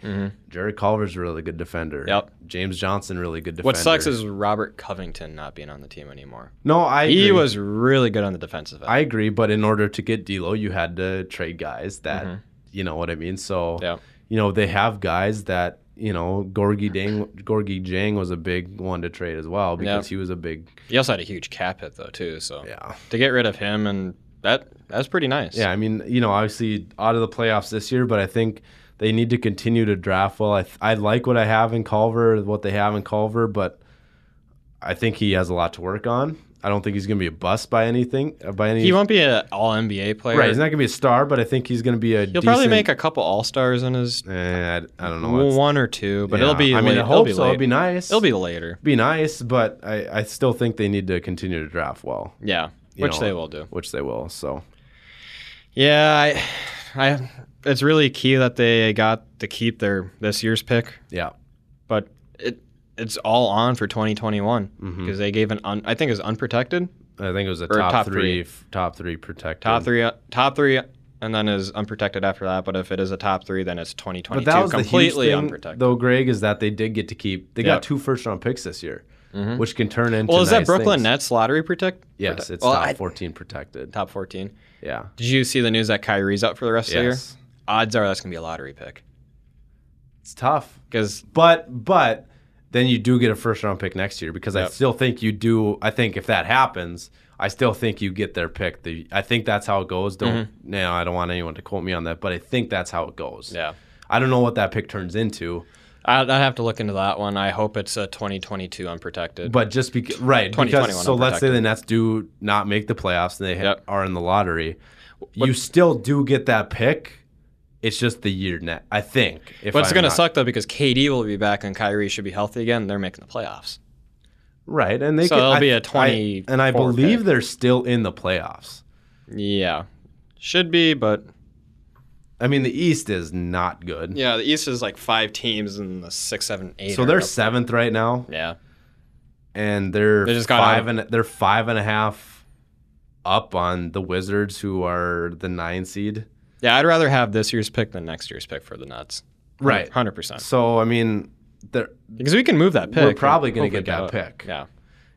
Speaker 2: Jared Culver's a really good defender.
Speaker 1: Yep.
Speaker 2: James Johnson really good defender.
Speaker 1: What sucks is Robert Covington not being on the team anymore.
Speaker 2: no, I
Speaker 1: He
Speaker 2: agree.
Speaker 1: was really good on the defensive end.
Speaker 2: I agree, but in order to get D'Lo, you had to trade guys that you know what I mean. So
Speaker 1: Mm-hmm. Yeah.
Speaker 2: you know they have guys that you know
Speaker 1: <clears throat>
Speaker 2: Gorgie Dang, Gorgie Jang was a big one to trade as well because
Speaker 1: Yeah. Oh.
Speaker 2: he was a big
Speaker 1: he also had a huge cap hit though too, so
Speaker 2: yeah
Speaker 1: to get rid of him and that that's pretty nice.
Speaker 2: yeah. I mean you know obviously out of the playoffs this year, but I think they need to continue to draft well. I th- I like what I have in Culver, what they have in Culver, but I think he has a lot to work on. I don't think he's going to be a bust by anything by any
Speaker 1: He won't be an all NBA player.
Speaker 2: right. He's not going to be a star, but I think he's going to be a.
Speaker 1: He'll probably make a couple all stars in his
Speaker 2: Eh, I, I don't know. what's-
Speaker 1: one or two, but it'll
Speaker 2: Yeah,
Speaker 1: be
Speaker 2: I mean,
Speaker 1: late.
Speaker 2: I hope
Speaker 1: it'll be
Speaker 2: so. It'll
Speaker 1: late.
Speaker 2: be nice.
Speaker 1: It'll be later.
Speaker 2: be nice, but I, I still think they need to continue to draft well,
Speaker 1: Yeah.
Speaker 2: You
Speaker 1: Which
Speaker 2: know,
Speaker 1: they will do.
Speaker 2: which they will. So
Speaker 1: Yeah, I I it's really key that they got to keep their this year's pick
Speaker 2: yeah,
Speaker 1: but it it's all on for 2021 because
Speaker 2: Mhm.
Speaker 1: they gave an un, I think it was unprotected
Speaker 2: I think it was a
Speaker 1: Or
Speaker 2: top,
Speaker 1: top three.
Speaker 2: three, f- top three protected.
Speaker 1: top three uh, top three and then is unprotected after that but if it is a top three then it's 2022
Speaker 2: But that was
Speaker 1: completely
Speaker 2: the huge thing,
Speaker 1: unprotected
Speaker 2: though. Greg is that they did get to keep. They
Speaker 1: Yeah.
Speaker 2: got two first round picks this year,
Speaker 1: Mhm.
Speaker 2: which can turn into.
Speaker 1: well is that
Speaker 2: nice
Speaker 1: Brooklyn
Speaker 2: things.
Speaker 1: Nets lottery protect
Speaker 2: Yes,
Speaker 1: prote-
Speaker 2: it's
Speaker 1: well,
Speaker 2: top
Speaker 1: I-
Speaker 2: fourteen protected.
Speaker 1: top 14
Speaker 2: Yeah.
Speaker 1: did you see the news that Kyrie's up for the rest of the year
Speaker 2: Yes.
Speaker 1: odds are that's gonna be a lottery pick
Speaker 2: It's tough.
Speaker 1: because
Speaker 2: But but then you do get a first round pick next year because I
Speaker 1: Yep.
Speaker 2: still think you do. I think if that happens, I still think you get their pick. The I think that's how it goes. Don't now. I don't want anyone to quote me on that, but I think that's how it goes.
Speaker 1: Mm-hmm. yeah
Speaker 2: I don't know what that pick turns into,
Speaker 1: I- I'd have to look into that one I hope it's a 2022 unprotected
Speaker 2: but just because right
Speaker 1: 2021
Speaker 2: because so let's say
Speaker 1: unprotected.
Speaker 2: the Nets do not make the playoffs and they ha-
Speaker 1: Yep.
Speaker 2: are in the lottery, you still do get that pick. It's just the year net. I think. If
Speaker 1: but it's
Speaker 2: I'm
Speaker 1: gonna
Speaker 2: not-
Speaker 1: suck though because KD will be back and Kyrie should be healthy again they're making the playoffs
Speaker 2: right? And they
Speaker 1: So
Speaker 2: could-
Speaker 1: it'll
Speaker 2: I-
Speaker 1: be a
Speaker 2: I-
Speaker 1: 24
Speaker 2: and I believe
Speaker 1: pick.
Speaker 2: they're still in the playoffs.
Speaker 1: Yeah. Should be, but
Speaker 2: I mean, the East is not good.
Speaker 1: yeah, the East is like five teams and the six, seven, eight.
Speaker 2: So
Speaker 1: are
Speaker 2: they're
Speaker 1: up-
Speaker 2: seventh right now,
Speaker 1: yeah,
Speaker 2: and they're
Speaker 1: They just got
Speaker 2: five
Speaker 1: out
Speaker 2: and they're five and a half up on the Wizards, who are the nine seed.
Speaker 1: yeah. I'd rather have this year's pick than next year's pick for the Nuts.
Speaker 2: Right.
Speaker 1: hundred percent.
Speaker 2: So I mean, they're,
Speaker 1: Because we can move that pick.
Speaker 2: We're probably gonna
Speaker 1: Hopefully
Speaker 2: get that
Speaker 1: get it.
Speaker 2: pick.
Speaker 1: Yeah.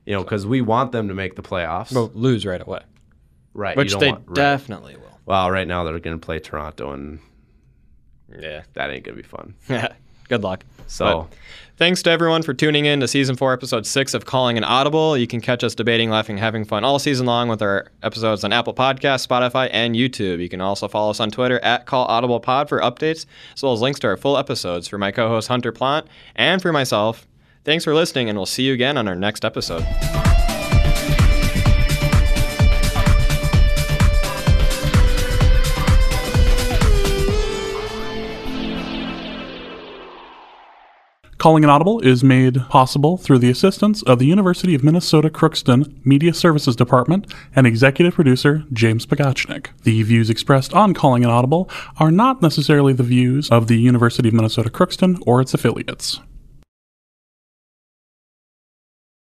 Speaker 2: you know, because we want them to make the playoffs.
Speaker 1: But lose right away,
Speaker 2: right. you
Speaker 1: which
Speaker 2: don't
Speaker 1: they
Speaker 2: want- right.
Speaker 1: definitely
Speaker 2: Well, right now they're going to play Toronto, and
Speaker 1: will. Yeah.
Speaker 2: that ain't going to be fun.
Speaker 1: <laughs> Good luck.
Speaker 2: So,
Speaker 1: Thanks to everyone for tuning in to season four, episode six of Calling an Audible. You can catch us debating, laughing, having fun all season long with our episodes on Apple Podcasts, Spotify, and YouTube. You can also follow us on Twitter at Call Audible Pod for updates, as well as links to our full episodes for my co host Hunter Plant and for myself. Thanks for listening, and we'll see you again on our next episode.
Speaker 4: Calling an Audible is made possible through the assistance of the University of Minnesota Crookston Media Services Department and executive producer James Pogochnik. The views expressed on Calling an Audible are not necessarily the views of the University of Minnesota Crookston or its affiliates.